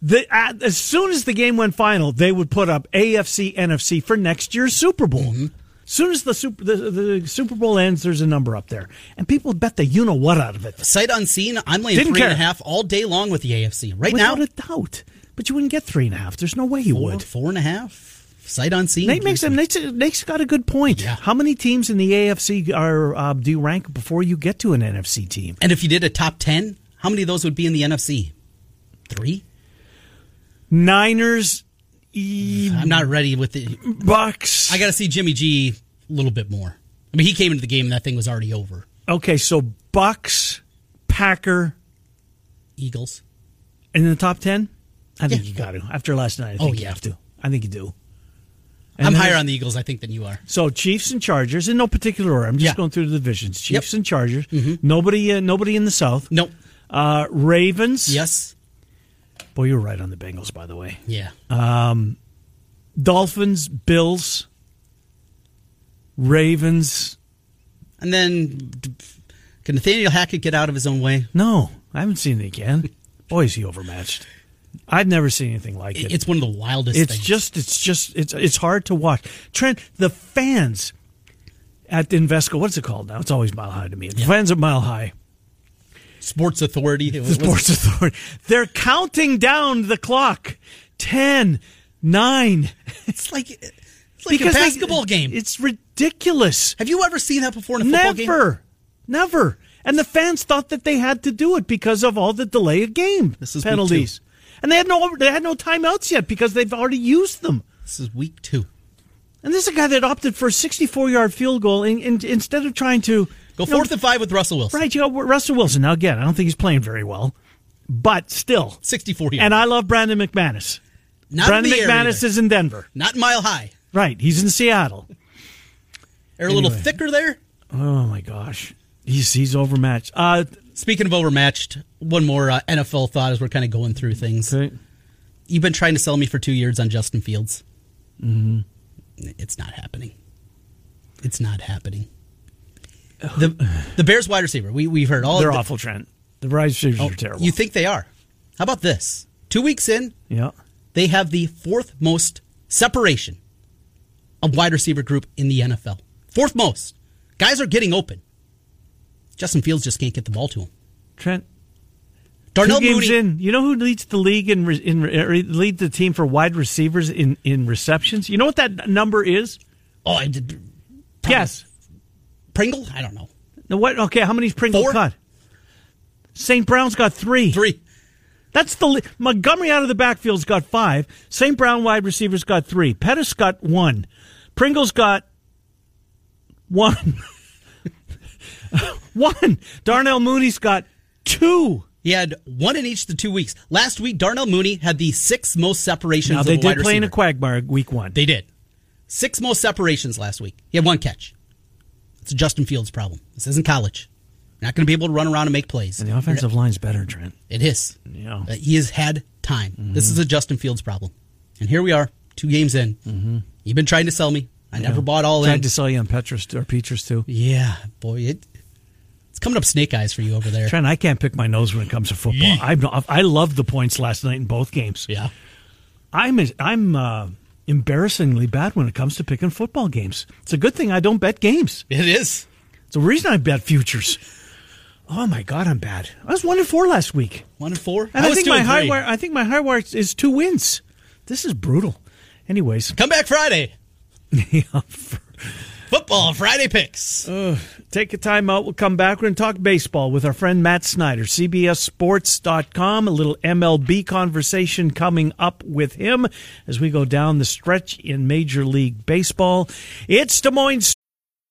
Speaker 1: the, uh, as soon as the game went final, they would put up AFC, NFC for next year's Super Bowl.
Speaker 2: Mm-hmm.
Speaker 1: Soon as the super the, the Super Bowl ends, there's a number up there, and people bet the you know what out of it.
Speaker 2: sight unseen, I'm laying
Speaker 1: Didn't
Speaker 2: three and a half
Speaker 1: care.
Speaker 2: all day long with the AFC. Right
Speaker 1: Without
Speaker 2: now,
Speaker 1: a doubt, but you wouldn't get three and a half. There's no way you
Speaker 2: four,
Speaker 1: would.
Speaker 2: four and a half. Sight unseen.
Speaker 1: Nate makes Nate's, Nate's got a good point.
Speaker 2: Yeah.
Speaker 1: How many teams in the AFC are uh, do you rank before you get to an NFC team?
Speaker 2: And if you did a top ten, how many of those would be in the NFC? Three.
Speaker 1: Niners, e-
Speaker 2: I'm not ready with the
Speaker 1: Bucks.
Speaker 2: I got to see Jimmy G a little bit more. I mean, he came into the game and that thing was already over.
Speaker 1: Okay, so Bucks, Packer,
Speaker 2: Eagles.
Speaker 1: and in the top ten. I think
Speaker 2: Yeah.
Speaker 1: you got to after last night. I think
Speaker 2: Oh,
Speaker 1: you
Speaker 2: yeah.
Speaker 1: have to. I think you do.
Speaker 2: I'm
Speaker 1: then
Speaker 2: higher
Speaker 1: there's-
Speaker 2: on the Eagles, I think, than you are.
Speaker 1: So Chiefs and Chargers in no particular order. I'm just
Speaker 2: Yeah. Mm-hmm.
Speaker 1: going through the divisions. Chiefs and Chargers. Nobody, uh, nobody in the South.
Speaker 2: Nope.
Speaker 1: Uh, Ravens.
Speaker 2: Yes.
Speaker 1: Boy, you're right on the Bengals, by the way.
Speaker 2: Yeah.
Speaker 1: Uh, Dolphins, Bills, Ravens.
Speaker 2: and then can Nathaniel Hackett get out of his own way?
Speaker 1: No, I haven't seen it again. Boy, is he overmatched. I've never seen anything like it.
Speaker 2: It's one of the wildest
Speaker 1: It's
Speaker 2: things.
Speaker 1: just, it's just, it's it's hard to watch. Trent, the fans at Invesco, what's it called now? It's always Mile High to me. The fans at Mile High,
Speaker 2: Sports Authority.
Speaker 1: the Sports Authority, they're counting down the clock. 10, 9.
Speaker 2: It's like, it's like a
Speaker 1: they-
Speaker 2: basketball game.
Speaker 1: It's ridiculous.
Speaker 2: Have you ever seen that before in a football game?
Speaker 1: Never. Never. And the fans thought that they had to do it because of all the delay of game
Speaker 2: This is week
Speaker 1: penalties. and they had no they had no timeouts yet because they've already used them.
Speaker 2: This is week two.
Speaker 1: And this is a guy that opted for a 64 yard field goal in, in, instead of trying to
Speaker 2: Go
Speaker 1: you know,
Speaker 2: fourth and five with Russell Wilson.
Speaker 1: Right, you got Russell Wilson. Now again, I don't think he's playing very well, but still.
Speaker 2: 64 yards.
Speaker 1: And I love Brandon McManus.
Speaker 2: Not
Speaker 1: Brandon
Speaker 2: in the air
Speaker 1: McManus
Speaker 2: either.
Speaker 1: is in Denver.
Speaker 2: Not mile high.
Speaker 1: Right, he's in Seattle.
Speaker 2: They're a little
Speaker 1: Anyway.
Speaker 2: thicker there.
Speaker 1: Oh my gosh, he's he's overmatched. Uh,
Speaker 2: Speaking of overmatched, one more uh, NFL thought as we're kind of going through things. You've been trying to sell me for two years on Justin Fields. Mm-hmm. It's not happening. It's not happening. The, the Bears wide receiver, we, we've heard all
Speaker 1: they're
Speaker 2: Oh, the- Oh,
Speaker 1: awful, Trent. The wide receivers are terrible.
Speaker 2: You think they are. How about this? Two weeks in,
Speaker 1: yeah,
Speaker 2: they have the fourth most separation of wide receiver group in the NFL. Fourth most. Guys are getting open. Justin Fields just can't get the ball to him.
Speaker 1: Trent.
Speaker 2: Darnell
Speaker 1: Two games
Speaker 2: Mooney.
Speaker 1: in, you know who leads the league in re- in re- er, lead the team for wide receivers in in receptions. You know what that number is?
Speaker 2: Oh, I did.
Speaker 1: Yes.
Speaker 2: Pringle? I don't know.
Speaker 1: No, what? Okay, how many's Pringle
Speaker 2: Four?
Speaker 1: got? St. Brown's got three.
Speaker 2: Three.
Speaker 1: That's the li- Montgomery out of the backfield's got five. St. Brown wide receivers got three. Pettis got one. Pringle's got one. one. Darnell Mooney's got two.
Speaker 2: He had one in each of the two weeks. Last week, Darnell Mooney had the sixth most separations
Speaker 1: Now
Speaker 2: of
Speaker 1: they
Speaker 2: a wide
Speaker 1: did play in a
Speaker 2: receiver.
Speaker 1: quagmire week one.
Speaker 2: They did. Six most separations last week. He had one catch. It's a Justin Fields problem. This isn't college. You're not going to be able to run around and make plays.
Speaker 1: and the offensive line's better, Trent.
Speaker 2: It is.
Speaker 1: Yeah. Mm-hmm.
Speaker 2: Uh, he has had time. This is a Justin Fields problem. And here we are, two games in. Mm-hmm. You've been trying to sell me. I never bought all in.
Speaker 1: Tried to sell you on Petrus or Petras too.
Speaker 2: yeah, boy, it, it's coming up snake eyes for you over there.
Speaker 1: Trent, I can't pick my nose when it comes to football. I'm, I love the points last night in both games.
Speaker 2: yeah.
Speaker 1: I'm I'm uh, embarrassingly bad when it comes to picking football games. It's a good thing I don't bet games.
Speaker 2: It is.
Speaker 1: It's the reason I bet futures. Oh my god, I'm bad. I was one and four last week,
Speaker 2: One and four.
Speaker 1: and I,
Speaker 2: was
Speaker 1: think
Speaker 2: two
Speaker 1: my
Speaker 2: and
Speaker 1: high
Speaker 2: three.
Speaker 1: wire. I think my high wire is two wins. This is brutal. Anyways,
Speaker 2: Come back Friday. Football Friday picks.
Speaker 1: Uh, take a time out. We'll come back. We're going to talk baseball with our friend Matt Snyder, CBSSports.com. A little MLB conversation coming up with him as we go down the stretch in Major League Baseball. It's Des Moines.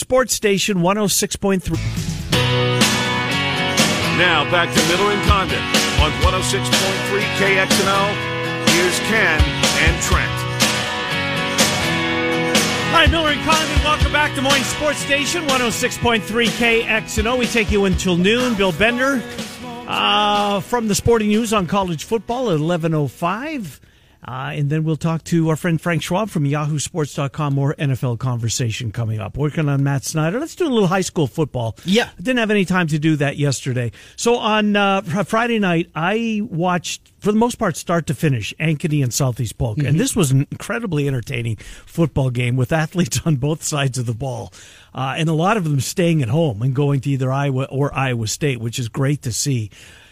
Speaker 1: Sports Station 106.3.
Speaker 6: Now back to Miller and Condon on 106.3 KXNO. Here's Ken and Trent.
Speaker 1: Hi, Miller and Condon. Welcome back to Moines Sports Station 106.3 KXNO. We take you until noon. Bill Bender uh, from the Sporting News on college football at 11.05. Uh, and then we'll talk to our friend Frank Schwab from yahoosports.com. More NFL conversation coming up. Working on Matt Snyder. Let's do a little high school football.
Speaker 2: Yeah.
Speaker 1: I didn't have any time to do that yesterday. So on uh, fr- Friday night, I watched, for the most part, start to finish, Ankeny and Southeast Polk. And this was an incredibly entertaining football game with athletes on both sides of the ball. Uh, and a lot of them staying at home and going to either Iowa or Iowa State, which is great to see.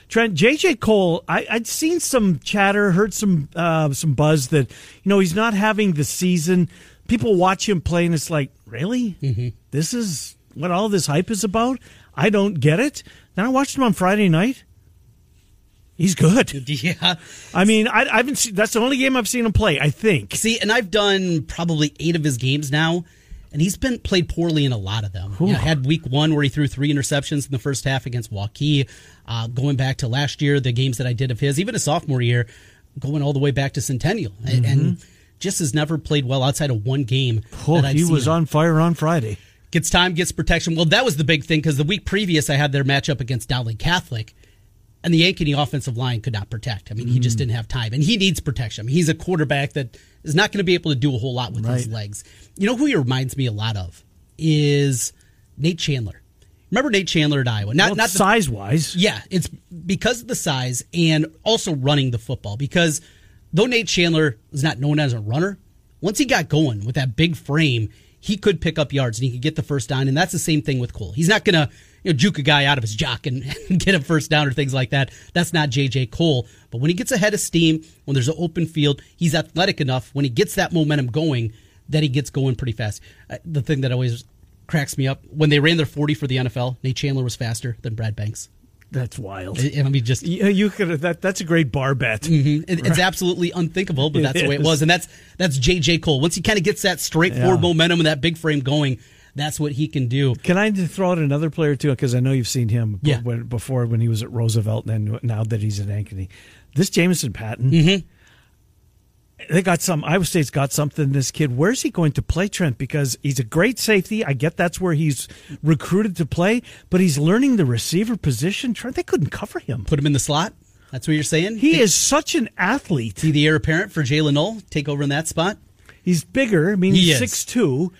Speaker 1: Trent JJ Cole, I, I'd seen some chatter, heard some uh, some buzz that you know he's not having the season. People watch him play, and it's like, really, this is what all this hype is about. I don't get it. Then I watched him on Friday night. He's good.
Speaker 2: Yeah.
Speaker 1: I mean, I, I haven't seen. That's the only game I've seen him play. I think.
Speaker 2: See, and I've done probably eight of his games now, and he's been played poorly in a lot of them. You know, had week one where he threw three interceptions in the first half against Waukee. Uh, going back to last year, the games that I did of his, even a sophomore year, going all the way back to Centennial, and, and just has never played well outside of one game.
Speaker 1: Oh,
Speaker 2: that I've
Speaker 1: Mm-hmm. he
Speaker 2: seen
Speaker 1: was
Speaker 2: him.
Speaker 1: on fire on Friday.
Speaker 2: gets time, gets protection. Well, that was the big thing because the week previous I had their matchup against Dowling Catholic, and the Yankee offensive line could not protect. I mean, he
Speaker 1: Mm.
Speaker 2: just didn't have time, and he needs protection. I mean, he's a quarterback that is not going to be able to do a whole lot with his
Speaker 1: Right.
Speaker 2: legs. You know who he reminds me a lot of is Nate Chandler. Remember Nate Chandler at Iowa? Not
Speaker 1: Well,
Speaker 2: not the
Speaker 1: size wise.
Speaker 2: yeah, it's because of the size and also running the football because though Nate Chandler is not known as a runner, once he got going with that big frame, he could pick up yards and he could get the first down. And that's the same thing with Cole. He's not going to you know, juke a guy out of his jock and, and get a first down or things like that. That's not J.J. Cole. But when he gets ahead of steam, when there's an open field, he's athletic enough. When he gets that momentum going, that he gets going pretty fast. Uh, The thing that always cracks me up when they ran their 40 for the NFL, Nate Chandler was faster than Brad Banks.
Speaker 1: That's wild. Mm.
Speaker 2: I I mean, just
Speaker 1: Yeah, you could. That, that's a great bar bet.
Speaker 2: It- It's absolutely unthinkable, but
Speaker 1: It
Speaker 2: that's the way it
Speaker 1: is.
Speaker 2: was, and that's that's JJ Cole. Once he kind of gets that straightforward
Speaker 1: Yeah.
Speaker 2: momentum and that big frame going, that's what he can do.
Speaker 1: Can I just throw out another player too? Because I know you've seen him b-
Speaker 2: Yeah.
Speaker 1: when- before when he was at Roosevelt, and then now that he's at Ankeny. This Jameson Patton,
Speaker 2: Mm-hmm.
Speaker 1: they got some. Iowa State's got something. in This kid, where's he going to play, Trent? Because he's a great safety. I get that's where he's recruited to play, but he's learning the receiver position. Trent, they couldn't cover him.
Speaker 2: Put him in the slot. That's what you're saying.
Speaker 1: He is such an athlete.
Speaker 2: Be the heir apparent for Jalen Knoll. Take over in that spot.
Speaker 1: He's bigger. I mean,
Speaker 2: He
Speaker 1: he's
Speaker 2: is.
Speaker 1: six two,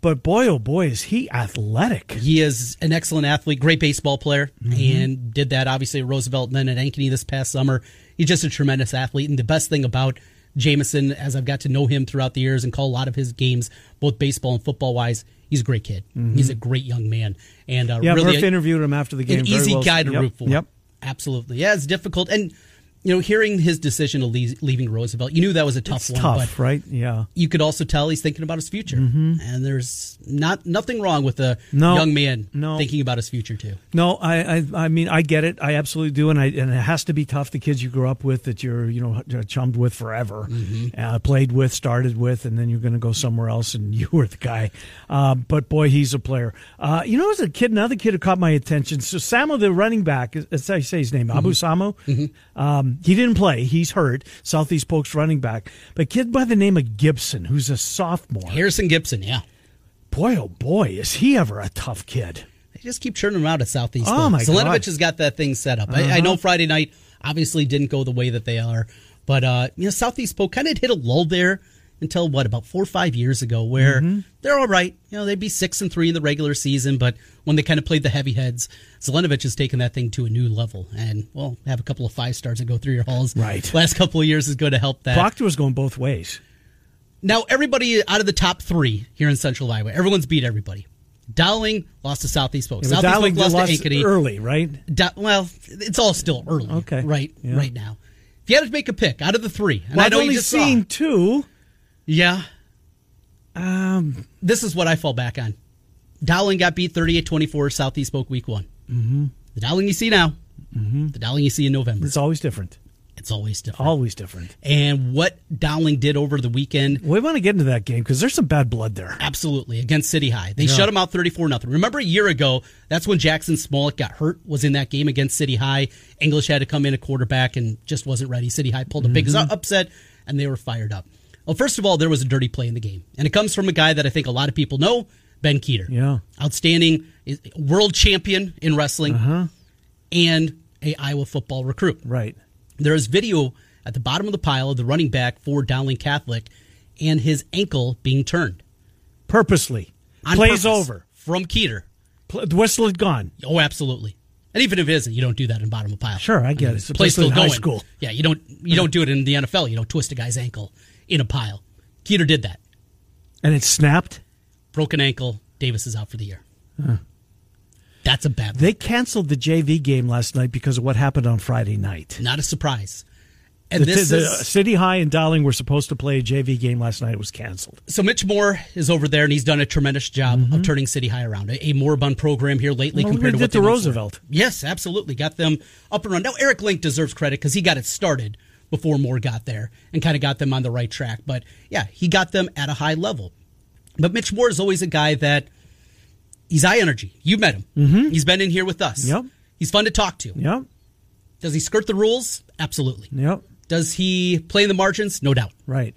Speaker 1: but boy, oh boy, is he athletic.
Speaker 2: He is an excellent athlete, great baseball player,
Speaker 1: Mm-hmm.
Speaker 2: and did that obviously at Roosevelt and then at Ankeny this past summer. He's just a tremendous athlete. And the best thing about Jameson, as I've got to know him throughout the years and call a lot of his games, both baseball and football wise, he's a great kid. He's a great young man. And uh,
Speaker 1: Mm-hmm. Yeah,
Speaker 2: really,
Speaker 1: Murph interviewed him after the game.
Speaker 2: An
Speaker 1: Very
Speaker 2: easy
Speaker 1: well-
Speaker 2: guy to
Speaker 1: Yep,
Speaker 2: root for.
Speaker 1: Yep.
Speaker 2: Absolutely. Yeah, it's difficult. And, you know, hearing his decision of leas- leaving Roosevelt, you knew that was a tough
Speaker 1: It's
Speaker 2: one.
Speaker 1: tough,
Speaker 2: but
Speaker 1: right? Yeah.
Speaker 2: You could also tell he's thinking about his future. And there's not nothing wrong with a
Speaker 1: Mm-hmm. No.
Speaker 2: young man
Speaker 1: No.
Speaker 2: thinking about his future, too.
Speaker 1: No, I, I, I mean, I get it. I absolutely do, and I, and it has to be tough. The kids you grew up with, that you're, you know, uh, chummed with forever, uh, played with, started with, and then you're going to go somewhere else, and you were the guy. Uh, but boy, he's a player. Uh, you know, as a kid, another kid who caught my attention. So Samu, the running back, is- that's how you say his name, Abu Samu. Um, he didn't play; he's hurt. Southeast Polk's running back, but a kid by the name of Gibson, who's a sophomore.
Speaker 2: Harrison Gibson, yeah.
Speaker 1: Boy, oh boy, is he ever a tough kid.
Speaker 2: They just keep churning them out at Southeast.
Speaker 1: Oh,
Speaker 2: though.
Speaker 1: my
Speaker 2: Zelenovic
Speaker 1: God. Uh-huh.
Speaker 2: has got that thing set up. I, I know Friday night obviously didn't go the way that they are, but uh, you know Southeast Polk kind of hit a lull there until what about four or five years ago, where
Speaker 1: Mm-hmm.
Speaker 2: they're all right. You know they'd be six and three in the regular season, but when they kind of played the heavy heads, Zelenovic has taken that thing to a new level, and well, have a couple of five stars that go through your halls.
Speaker 1: Right.
Speaker 2: last couple of years is going to help that.
Speaker 1: Proctor was going both ways.
Speaker 2: Now, everybody out of the top three here in Central Iowa, everyone's beat everybody. Dowling lost to Southeast Polk.
Speaker 1: Yeah, but
Speaker 2: Southeast
Speaker 1: Dowling
Speaker 2: Polk lost
Speaker 1: lost
Speaker 2: to Ankeny.
Speaker 1: early, right?
Speaker 2: Do- well, it's all still early,
Speaker 1: Okay.
Speaker 2: right?
Speaker 1: Yeah.
Speaker 2: Right now, if you had to make a pick out of the three, and
Speaker 1: Well,
Speaker 2: I
Speaker 1: I've
Speaker 2: know you
Speaker 1: only
Speaker 2: just
Speaker 1: seen
Speaker 2: saw,
Speaker 1: two.
Speaker 2: yeah,
Speaker 1: Um,
Speaker 2: this is what I fall back on. Dowling got beat 38-24 Southeast Polk week one. Mm-hmm. The Dowling you see now, the Dowling you see in November,
Speaker 1: Mm-hmm. it's always different.
Speaker 2: it's always different.
Speaker 1: Always different.
Speaker 2: and what Dowling did over the weekend
Speaker 1: We want to get into that game because there's some bad blood there.
Speaker 2: Absolutely, against City High. They shut them out 34 nothing. Remember a year ago, that's when Jackson Smollett got hurt, was in that game against City High. English had to come in a quarterback and just wasn't ready. City High pulled a big
Speaker 1: Mm-hmm.
Speaker 2: u- upset, and they were fired up. Well, first of all, there was a dirty play in the game, and it comes from a guy that I think a lot of people know, Ben Keeter.
Speaker 1: Yeah.
Speaker 2: Outstanding is- world champion in wrestling and a Iowa football recruit
Speaker 1: Uh-huh. Right.
Speaker 2: there is video at the bottom of the pile of the running back for Dowling Catholic and his ankle being turned.
Speaker 1: Purposely.
Speaker 2: On
Speaker 1: Plays
Speaker 2: purpose
Speaker 1: over.
Speaker 2: From Keeter.
Speaker 1: Pl- the whistle had gone.
Speaker 2: Oh, absolutely. And even if it isn't, you don't do that in bottom of pile.
Speaker 1: Sure, I get it. It's
Speaker 2: the play's
Speaker 1: basically
Speaker 2: still
Speaker 1: high
Speaker 2: going.
Speaker 1: school.
Speaker 2: Yeah, you don't you don't do it in the NFL. You don't twist a guy's ankle in a pile. Keeter did that.
Speaker 1: And it snapped.
Speaker 2: Broken ankle. Davis is out for the year. That's a bad.
Speaker 1: They canceled the JV game last night because of what happened on Friday night.
Speaker 2: Not a surprise. And
Speaker 1: The,
Speaker 2: this
Speaker 1: the uh,
Speaker 2: is
Speaker 1: City High and Dowling were supposed to play a JV game last night. It was canceled.
Speaker 2: so Mitch Moore is over there, and he's done a tremendous job of turning City High around. A, a moribund program here lately
Speaker 1: Mm-hmm. Well,
Speaker 2: compared
Speaker 1: we
Speaker 2: to
Speaker 1: did
Speaker 2: what
Speaker 1: to
Speaker 2: they went for.
Speaker 1: Roosevelt.
Speaker 2: Yes, absolutely, got them up and running. Now Eric Link deserves credit because he got it started before Moore got there and kind of got them on the right track. But yeah, he got them at a high level. But Mitch Moore is always a guy that he's high energy. You met him. Mm-hmm. He's been in here with us.
Speaker 1: Yep.
Speaker 2: He's fun to talk to.
Speaker 1: Yep.
Speaker 2: Does he skirt the rules? Absolutely.
Speaker 1: Yep.
Speaker 2: Does he play in the margins? No doubt
Speaker 1: Right.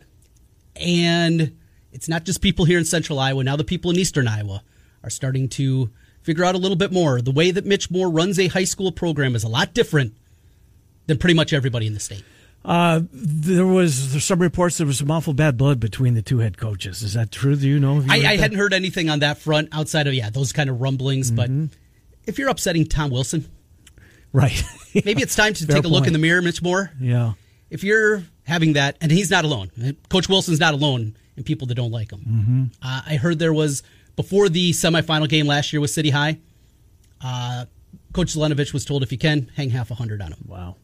Speaker 2: and it's not just people here in central Iowa. Now the people in eastern Iowa are starting to figure out a little bit more. The way that Mitch Moore runs a high school program is a lot different than pretty much everybody in the state.
Speaker 1: Uh, There was there's some reports there was some awful bad blood between the two head coaches. Is that true? Do you know? Have you
Speaker 2: I,
Speaker 1: heard
Speaker 2: I
Speaker 1: that?
Speaker 2: hadn't heard anything on that front outside of yeah those kind of rumblings,
Speaker 1: Mm-hmm.
Speaker 2: but if you're upsetting Tom Wilson,
Speaker 1: Right.
Speaker 2: maybe it's time to
Speaker 1: Fair
Speaker 2: take a look
Speaker 1: point.
Speaker 2: in the mirror, Mitch Moore.
Speaker 1: yeah.
Speaker 2: If you're having that, and he's not alone. Coach Wilson's not alone in people that don't like him. Mm-hmm. Uh, I heard there was before the semifinal game last year with City High. Uh, Coach Zelenovich was told if you can hang half a hundred on him.
Speaker 1: Wow.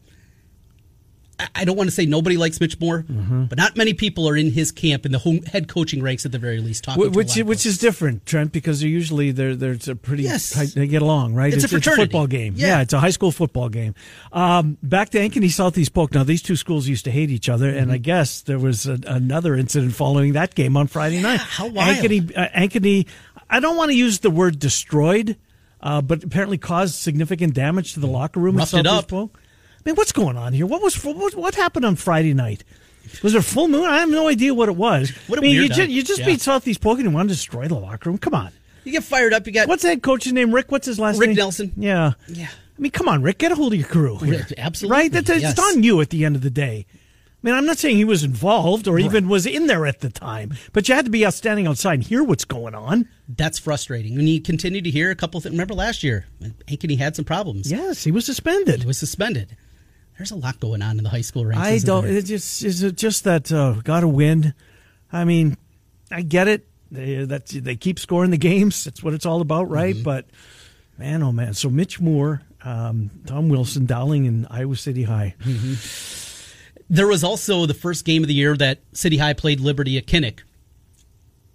Speaker 2: I- I don't want to say nobody likes Mitch Moore,
Speaker 1: Mm-hmm.
Speaker 2: but not many people are in his camp in the home head coaching ranks at the very least. Talking to a lot
Speaker 1: Which
Speaker 2: of
Speaker 1: which is different, Trent, because they're usually they're they're it's a pretty
Speaker 2: Yes.
Speaker 1: tight, they get along, right?
Speaker 2: It's a fraternity.
Speaker 1: football game.
Speaker 2: Yeah.
Speaker 1: Yeah. it's a high school football game. Um, back to Ankeny Southeast Polk. Now these two schools used to hate each other, and I
Speaker 2: Mm-hmm.
Speaker 1: guess there was a, another incident following that game on Friday night.
Speaker 2: how wild.
Speaker 1: Ankeny, uh, Ankeny, I don't want to use the word destroyed, uh, but apparently caused significant damage to the locker room.
Speaker 2: Mm-hmm. Roughed
Speaker 1: at
Speaker 2: it
Speaker 1: Southeast
Speaker 2: up.
Speaker 1: Polk. I mean, what's going on here? What was what, what happened on Friday night? Was there a full moon? I have no idea what it was.
Speaker 2: What
Speaker 1: I
Speaker 2: a
Speaker 1: mean, you
Speaker 2: weirdo.
Speaker 1: just, you just
Speaker 2: Yeah.
Speaker 1: beat Southeast Polk and you want to destroy the locker room. Come on.
Speaker 2: You get fired up. You got
Speaker 1: What's that coach's name? Rick? What's his last
Speaker 2: Rick
Speaker 1: name?
Speaker 2: Nelson.
Speaker 1: Yeah.
Speaker 2: Yeah.
Speaker 1: I mean, come on, Rick. Get a hold of your crew. here.
Speaker 2: Rick, absolutely,
Speaker 1: Right? That's,
Speaker 2: yes.
Speaker 1: It's on you at the end of the day. I mean, I'm not saying he was involved or even was in there at the time, but you had to be out standing outside and hear what's going on.
Speaker 2: that's frustrating. And you continue to hear a couple things. Remember last year, Ankeny had some problems.
Speaker 1: Yes, he was suspended.
Speaker 2: He was suspended. There's a lot going on in the high school ranks.
Speaker 1: I
Speaker 2: isn't
Speaker 1: don't.
Speaker 2: there?
Speaker 1: It just is it just that uh, got to win. I mean, I get it. They, that they keep scoring the games. That's what it's all about,
Speaker 2: Mm-hmm.
Speaker 1: right? But man, oh man. So Mitch Moore, um, Tom Wilson, Dowling, and Iowa City High.
Speaker 2: Mm-hmm. There was also the first game of the year that City High played Liberty at Kinnick.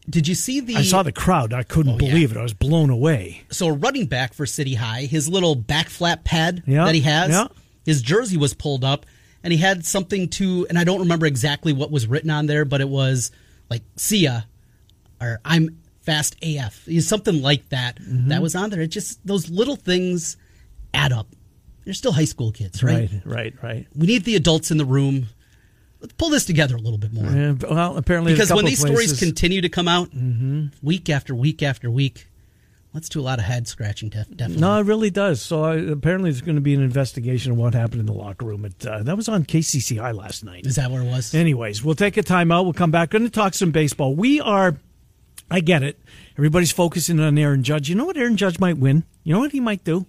Speaker 2: Did you see the?
Speaker 1: I saw the crowd. I couldn't
Speaker 2: Oh, yeah.
Speaker 1: believe it. I was blown away.
Speaker 2: so a running back for City High, his little back flap pad
Speaker 1: Yeah,
Speaker 2: that he has,
Speaker 1: yeah.
Speaker 2: his jersey was pulled up, and he had something to, and I don't remember exactly what was written on there, but it was like "See ya," or "I'm fast AF," You know, something like that.
Speaker 1: Mm-hmm.
Speaker 2: That was on there. It just those little things add up. They're still high school kids, right?
Speaker 1: right, right.
Speaker 2: We need the adults in the room. Let's pull this together a little bit more
Speaker 1: Yeah, but- well, apparently,
Speaker 2: because
Speaker 1: a
Speaker 2: when
Speaker 1: couple
Speaker 2: these
Speaker 1: places, Mm-hmm.
Speaker 2: stories continue to come out week after week after week, let's do a lot of head scratching. Def- definitely.
Speaker 1: No, it really does. So I, apparently, there's going to be an investigation of what happened in the locker room. At, uh, that was on KCCI last night.
Speaker 2: Is that what it was?
Speaker 1: Anyways, we'll take a timeout. We'll come back. Going to talk some baseball. We are. I get it. Everybody's focusing on Aaron Judge. You know what Aaron Judge might win. You know what he might do.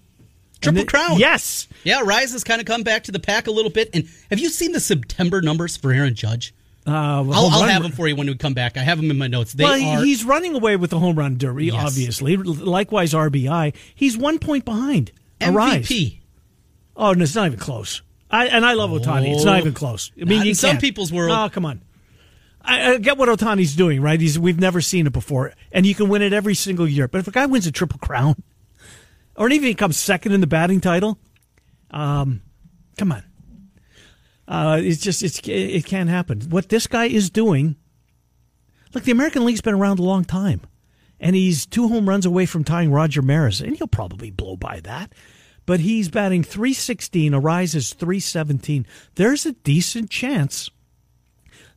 Speaker 1: And
Speaker 2: Triple
Speaker 1: the-
Speaker 2: Crown.
Speaker 1: Yes.
Speaker 2: Yeah, Rise has kind of come back to the pack a little bit. And have you seen the September numbers for Aaron Judge?
Speaker 1: Uh, well,
Speaker 2: I'll,
Speaker 1: home
Speaker 2: I'll
Speaker 1: run-
Speaker 2: have them for you when we come back. I have them in my notes. They
Speaker 1: well, he-
Speaker 2: are.
Speaker 1: he's running away with the home run derby.
Speaker 2: Yes.
Speaker 1: Obviously, likewise RBI. He's one point behind. Arise.
Speaker 2: MVP.
Speaker 1: Oh, no, it's not even close. I, and I love Otani. It's
Speaker 2: Oh.
Speaker 1: not even close. I mean,
Speaker 2: Not
Speaker 1: you
Speaker 2: in some
Speaker 1: can't.
Speaker 2: people's world.
Speaker 1: Oh, come on. I, I get what Otani's doing, right? He's we've never seen it before, and you can win it every single year. But if a guy wins a triple crown, or even he comes second in the batting title, um, come on. Uh, it's just it's it can't happen. What this guy is doing, look, the American League's been around a long time, and he's two home runs away from tying Roger Maris, and he'll probably blow by that. But he's batting 316, Arise is 317. There's a decent chance.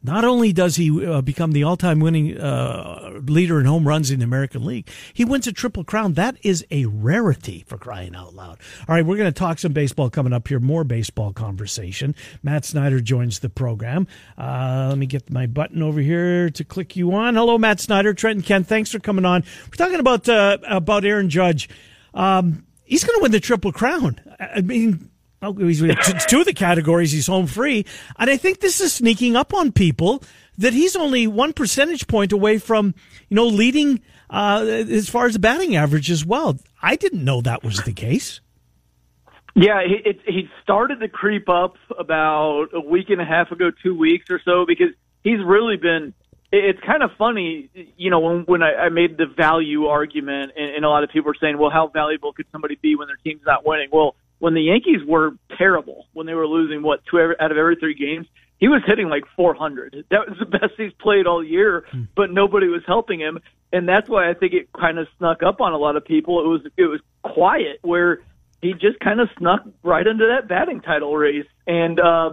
Speaker 1: Not only does he uh, become the all-time winning uh, leader in home runs in the American League, he wins a triple crown. That is a rarity for crying out loud. All right, we're going to talk some baseball coming up here. More baseball conversation. Matt Snyder joins the program. Uh, let me get my button over here to click you on. Hello, Matt Snyder, Trent and Ken. Thanks for coming on. We're talking about uh, about Aaron Judge. Um, he's going to win the triple crown. I I mean, oh, he's it's two of the categories. He's home free, and I think this is sneaking up on people that he's only one percentage point away from you know leading uh, as far as the batting average as well. I didn't know that was the case.
Speaker 4: Yeah, he, it, he started to creep up about a week and a half ago, two weeks or so, because he's really been. it- It's kind of funny, you know, when, when I, I made the value argument, and, and a lot of people were saying, "Well, how valuable could somebody be when their team's not winning?" Well, when the Yankees were terrible, when they were losing what two ev- out of every three games, he was hitting like 400. That was the best he's played all year, but nobody was helping him, and that's why I think it kind of snuck up on a lot of people. It was it was quiet where he just kind of snuck right into that batting title race. And uh,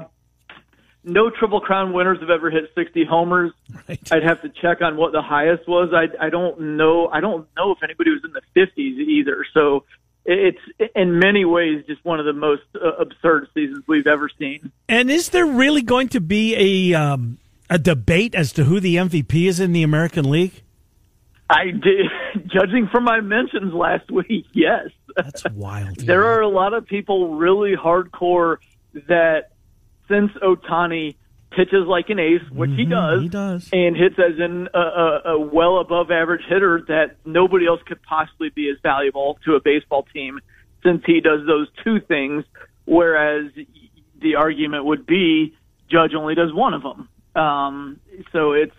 Speaker 4: no Triple Crown winners have ever hit 60 homers.
Speaker 1: Right.
Speaker 4: I'd have to check on what the highest was. I, I don't know. I don't know if anybody was in the 50s either. So it- it's in many ways just one of the most uh, absurd seasons we've ever seen.
Speaker 1: And is there really going to be a um, a debate as to who the MVP is in the American League?
Speaker 4: I did, judging from my mentions last week, yes.
Speaker 1: That's wild.
Speaker 4: there are a lot of people really hardcore that since Otani pitches like an ace, which he
Speaker 1: Hmm,
Speaker 4: does.
Speaker 1: Mm-hmm. he does.
Speaker 4: And hits as an, a, a, a well above average hitter that nobody else could possibly be as valuable to a baseball team since he does those two things, whereas the argument would be Judge only does one of them. Um, so it's,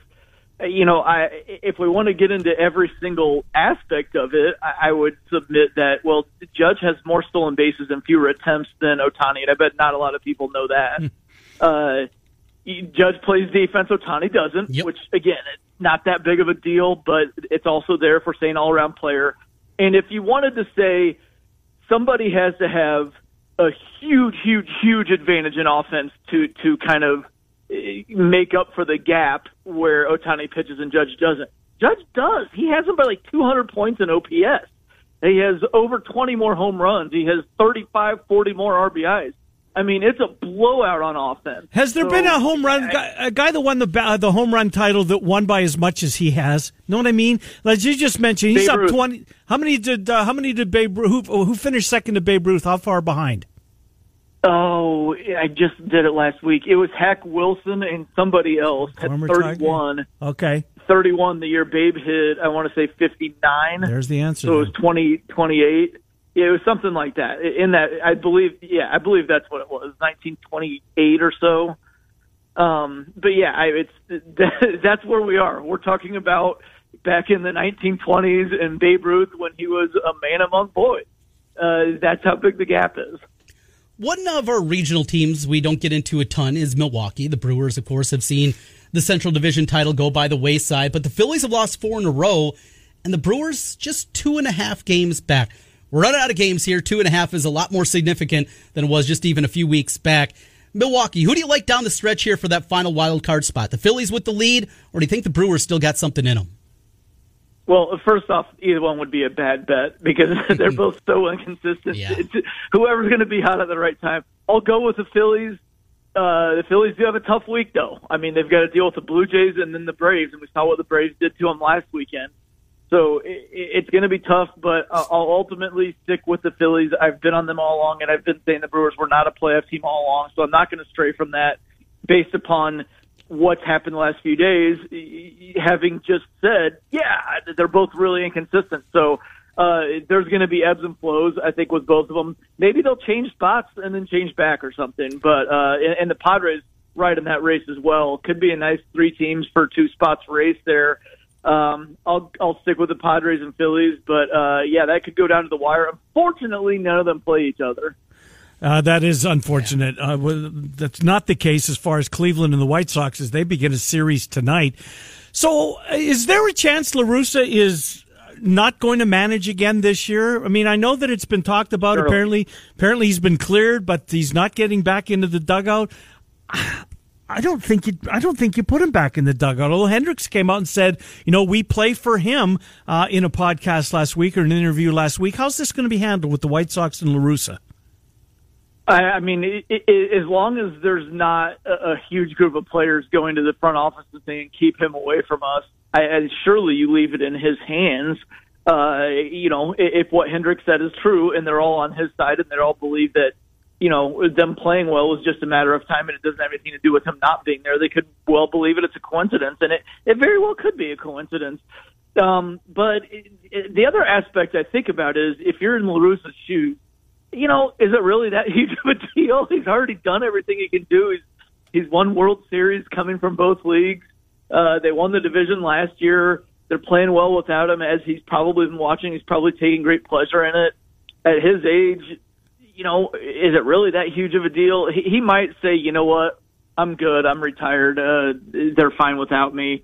Speaker 4: you know, I, if we want to get into every single aspect of it, I, I would submit that, well, Judge has more stolen bases and fewer attempts than Otani, and I bet not a lot of people know that. uh, Judge plays defense, Otani doesn't,
Speaker 2: Yep.
Speaker 4: which again, it's not that big of a deal, but it's also there for saying all around player. And if you wanted to say somebody has to have a huge, huge, huge advantage in offense to to kind of eh, make up for the gap where Otani pitches and Judge doesn't. Judge does. He has him by like 200 points in OPS. He has over 20 more home runs. He has 35, 40 more RBIs. I mean, it's a blowout on offense.
Speaker 1: Has there
Speaker 4: So-
Speaker 1: been a home run guy, a guy that won the ba- the home run title that won by as much as he has? Know what I mean? Like you just mentioned, he's
Speaker 4: Babe
Speaker 1: up
Speaker 4: Ruth.
Speaker 1: twenty. How many did uh, how many did Babe Ruth, who who finished second to Babe Ruth? How far behind?
Speaker 4: Oh, I just did it last week. It was Hack Wilson and somebody else had
Speaker 1: Former Tiger.
Speaker 4: 31.
Speaker 1: Okay,
Speaker 4: 31 the year Babe hit, I want to say 59.
Speaker 1: there's the answer.
Speaker 4: so it was 20, 28. Yeah, it was something like that. In that, I believe, yeah, I believe that's what it was, 1928 or so. Um, but yeah, I, it's that's where we are. We're talking about back in the 1920s and Babe Ruth when he was a man among boys. Uh, that's how big the gap is.
Speaker 2: One of our regional teams we don't get into a ton is Milwaukee. The Brewers, of course, have seen the Central Division title go by the wayside, but the Phillies have lost four in a row, and the Brewers just two and a half games back. We're running out of games here. Two and a half is a lot more significant than it was just even a few weeks back. Milwaukee, who do you like down the stretch here for that final wild card spot? The Phillies with the lead, or do you think the Brewers still got something in them?
Speaker 4: Well, first off, either one would be a bad bet because they're both so inconsistent.
Speaker 2: Yeah.
Speaker 4: It's- Whoever's going to be hot at the right time. I'll go with the Phillies. Uh, the Phillies do have a tough week, though. I mean, they've got to deal with the Blue Jays and then the Braves, and we saw what the Braves did to them last weekend. So i i it's going to be tough, but I'll I'll ultimately stick with the Phillies. I've been on them all along, and I've been saying the Brewers were not a playoff team all along, so I'm not going to stray from that based upon what's happened the last few days, y- y- having just said, yeah, they're both really inconsistent. So uh, there's going to be ebbs and flows, I think, with both of them. Maybe they'll change spots and then change back or something. But uh, and, and the Padres right in that race as well. Could be a nice three teams for two spots race there. Um, I'll I'll stick with the Padres and Phillies, but uh, yeah, that could go down to the wire. Unfortunately, none of them play each other.
Speaker 1: Uh, that is unfortunate. Uh, well, that's not the case as far as Cleveland and the White Sox as they begin a series tonight. So, uh, is there a chance Larusa is not going to manage again this year? I mean, I know that it's been talked about.
Speaker 4: Surely.
Speaker 1: Apparently, apparently he's been cleared, but he's not getting back into the dugout. I don't think you. I don't think you put him back in the dugout. Although Hendricks came out and said, you know, we play for him uh, in a podcast last week or an interview last week. How's this going to be handled with the White Sox and Larusa?
Speaker 4: I, I mean, i i as long as there's not a, a huge group of players going to the front office and saying keep him away from us, I, I, surely you leave it in his hands. Uh, you know, i- if what Hendricks said is true, and they're all on his side, and they all believe that you know them playing well was just a matter of time, and it doesn't have anything to do with him not being there, they could well believe it. It's a coincidence, and it it very well could be a coincidence. Um, but it, it, the other aspect I think about is if you're in Larusa's shoes you know, is it really that huge of a deal? He's already done everything he can do. He's he's won World Series coming from both leagues. Uh, they won the division last year. They're playing well without him, as he's probably been watching. He's probably taking great pleasure in it. At his age, you know, is it really that huge of a deal? He, he might say, you know what, I'm good. I'm retired. Uh, they're fine without me.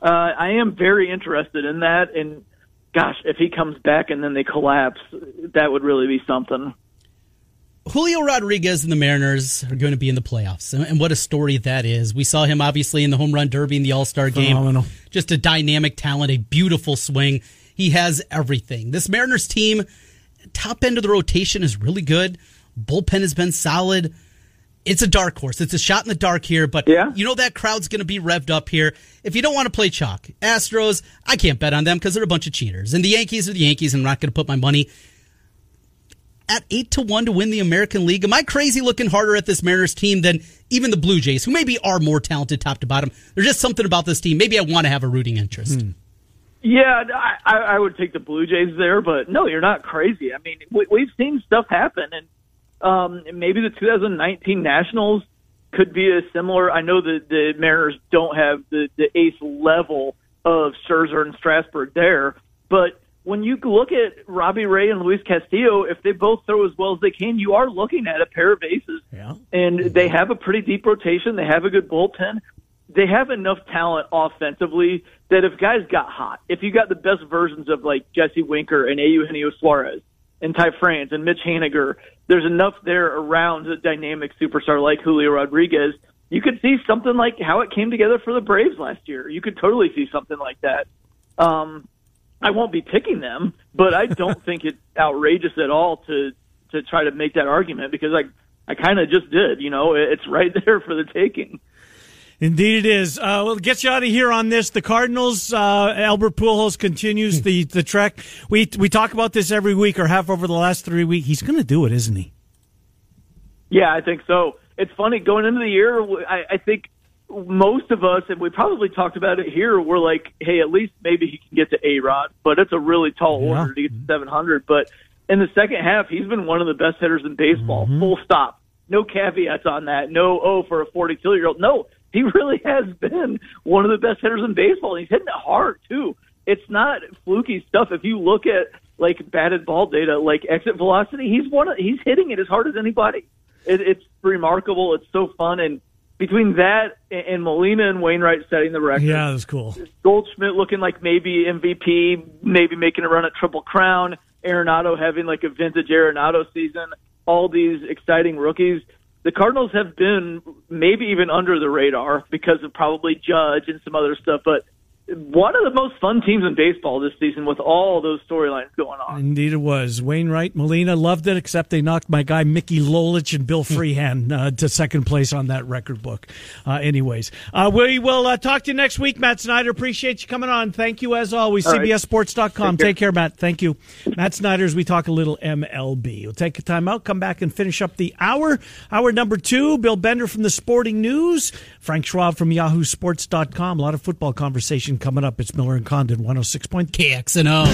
Speaker 4: Uh, I am very interested in that. And gosh, if he comes back and then they collapse, that would really be something.
Speaker 2: Julio Rodriguez and the Mariners are going to be in the playoffs, and, and what a story that is. We saw him obviously in the home run derby in the All Star game.
Speaker 1: Phenomenal.
Speaker 2: Just a dynamic talent, a beautiful swing. He has everything. This Mariners team, top end of the rotation is really good. Bullpen has been solid. It's a dark horse. It's a shot in the dark here, but
Speaker 4: Yeah.
Speaker 2: you know that crowd's going to be revved up here. If you don't want to play chalk, Astros, I can't bet on them because they're a bunch of cheaters. And the Yankees are the Yankees, and I'm not going to put my money at 8 to 1 to win the American League. Am I crazy looking harder at this Mariners team than even the Blue Jays, who maybe are more talented top to bottom? There's just something about this team. Maybe I want to have a rooting interest.
Speaker 4: Yeah, I, I I would take the Blue Jays there, but no, you're not crazy. I mean, we, we've seen stuff happen, and um, maybe the 2019 Nationals could be a similar. I know that the Mariners don't have the the ace level of Scherzer and Strasburg there, but when you look at Robbie Ray and Luis Castillo, if they both throw as well as they can, you are looking at a pair of aces.
Speaker 1: Yeah.
Speaker 4: And they have a pretty deep rotation. They have a good bullpen. They have enough talent offensively that if guys got hot, if you got the best versions of like Jesse Winker and Eugenio Suarez and Ty France and Mitch Haniger, there's enough there around a dynamic superstar like Julio Rodriguez. You could see something like how it came together for the Braves last year. You could totally see something like that. Um, I won't be picking them, but I don't think it's outrageous at all to to try to make that argument because I I kind of just did. You know, It- it's right there for the taking.
Speaker 1: Indeed, it is. Uh, we'll get you out of here on this. The Cardinals, uh, Albert Pujols continues the, the trek. We we talk about this every week or half over the last three weeks. He's going to do it, isn't he?
Speaker 4: Yeah, I think so. It's funny going into the year. I, I think most of us, and we probably talked about it here, were like, "Hey, at least maybe he can get to A Rod," but it's a really tall
Speaker 1: Yeah.
Speaker 4: order to get to 700. But in the second half, he's been one of the best hitters in baseball. Full stop. No caveats on that. No, oh, for a 42 year old. No, he really has been one of the best hitters in baseball. And he's hitting it hard too. It's not fluky stuff. If you look at like batted ball data, like exit velocity, he's one. Of, he's hitting it as hard as anybody it, it's remarkable. It's so fun, and between that and, and Molina and Wainwright setting the record,
Speaker 1: Yeah, that's cool.
Speaker 4: Goldschmidt looking like maybe MVP, maybe making a run at Triple Crown, Arenado having like a vintage Arenado season, all these exciting rookies. The Cardinals have been maybe even under the radar because of probably Judge and some other stuff, but one of the most fun teams in baseball this season with all those storylines going on.
Speaker 1: Indeed, it was. Wainwright, Molina loved it, except they knocked my guy Mickey Lolich and
Speaker 4: Hmm.
Speaker 1: Bill Freehand uh, to second place on that record book. Uh, anyways, uh, we will uh, talk to you next week, Matt Snyder. Appreciate you coming on. Thank you, as always.
Speaker 4: All right.
Speaker 1: CBSSports.com. Take
Speaker 4: Take care.
Speaker 1: care. Matt. Thank you. Matt Snyder, as we talk a little MLB. We'll take a time out, come back and finish up the hour. Hour number two, Bill Bender from the Sporting News, Frank Schwab from YahooSports.com. A lot of football conversation coming up. It's Miller and Condon, 106. point.
Speaker 2: KXNO.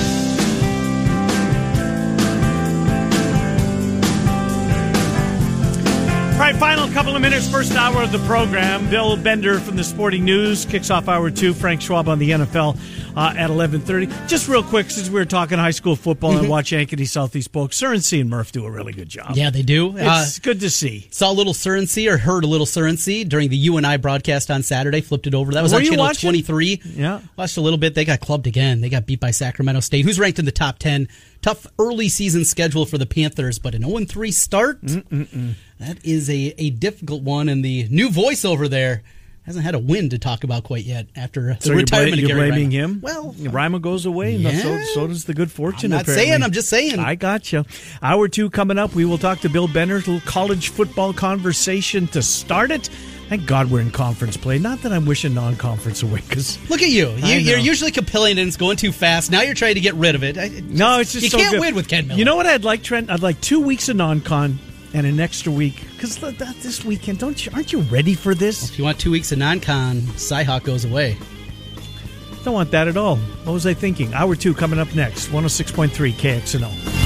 Speaker 1: All right, final couple of minutes, first hour of the program. Bill Bender from the Sporting News kicks off hour two. Frank Schwab on the NFL uh, at eleven thirty. Just real quick, since we were talking high school football and watch Ankeny Southeast Polk, Cerency and Murph do a really good job.
Speaker 2: Mm-hmm. Yeah, they do. Uh,
Speaker 1: it's good to see.
Speaker 2: saw a little Cerency or heard a little Cerency during the U and I broadcast on Saturday. Flipped it over. That was
Speaker 1: Were
Speaker 2: on
Speaker 1: you
Speaker 2: channel
Speaker 1: watching?
Speaker 2: twenty three.
Speaker 1: Yeah.
Speaker 2: watched a little bit. They got clubbed again. They got beat by Sacramento State, who's ranked in the top ten. Tough early season schedule for the Panthers, but an 0 3 start. That is a a difficult one, and the new voice over there hasn't had a win to talk about quite yet after the retirement.
Speaker 1: you're,
Speaker 2: of Gary
Speaker 1: blaming
Speaker 2: Reimer.
Speaker 1: him.
Speaker 2: Well,
Speaker 1: Rima goes away, and
Speaker 2: Yeah.
Speaker 1: so, so does the good fortune.
Speaker 2: I'm not
Speaker 1: apparently.
Speaker 2: saying, I'm just saying.
Speaker 1: I got you. Hour two coming up. We will talk to Bill Benner. Little college football conversation to start it. Thank God we're in conference play. Not that I'm wishing non-conference away because.
Speaker 2: look at you.
Speaker 1: I
Speaker 2: you you're
Speaker 1: know.
Speaker 2: usually complaining and it's going too fast. Now you're trying to get rid of it. I,
Speaker 1: No, it's just
Speaker 2: you
Speaker 1: so
Speaker 2: can't
Speaker 1: good.
Speaker 2: win with Ken Miller.
Speaker 1: You know what I'd like, Trent? I'd like two weeks of non-con and an extra week because that this weekend. Don't you? Aren't you ready for this?
Speaker 2: If you want two weeks of non-con, Cyhawk goes away.
Speaker 1: Don't want that at all. What was I thinking? Hour two coming up next. One hundred six point oh three KXNO.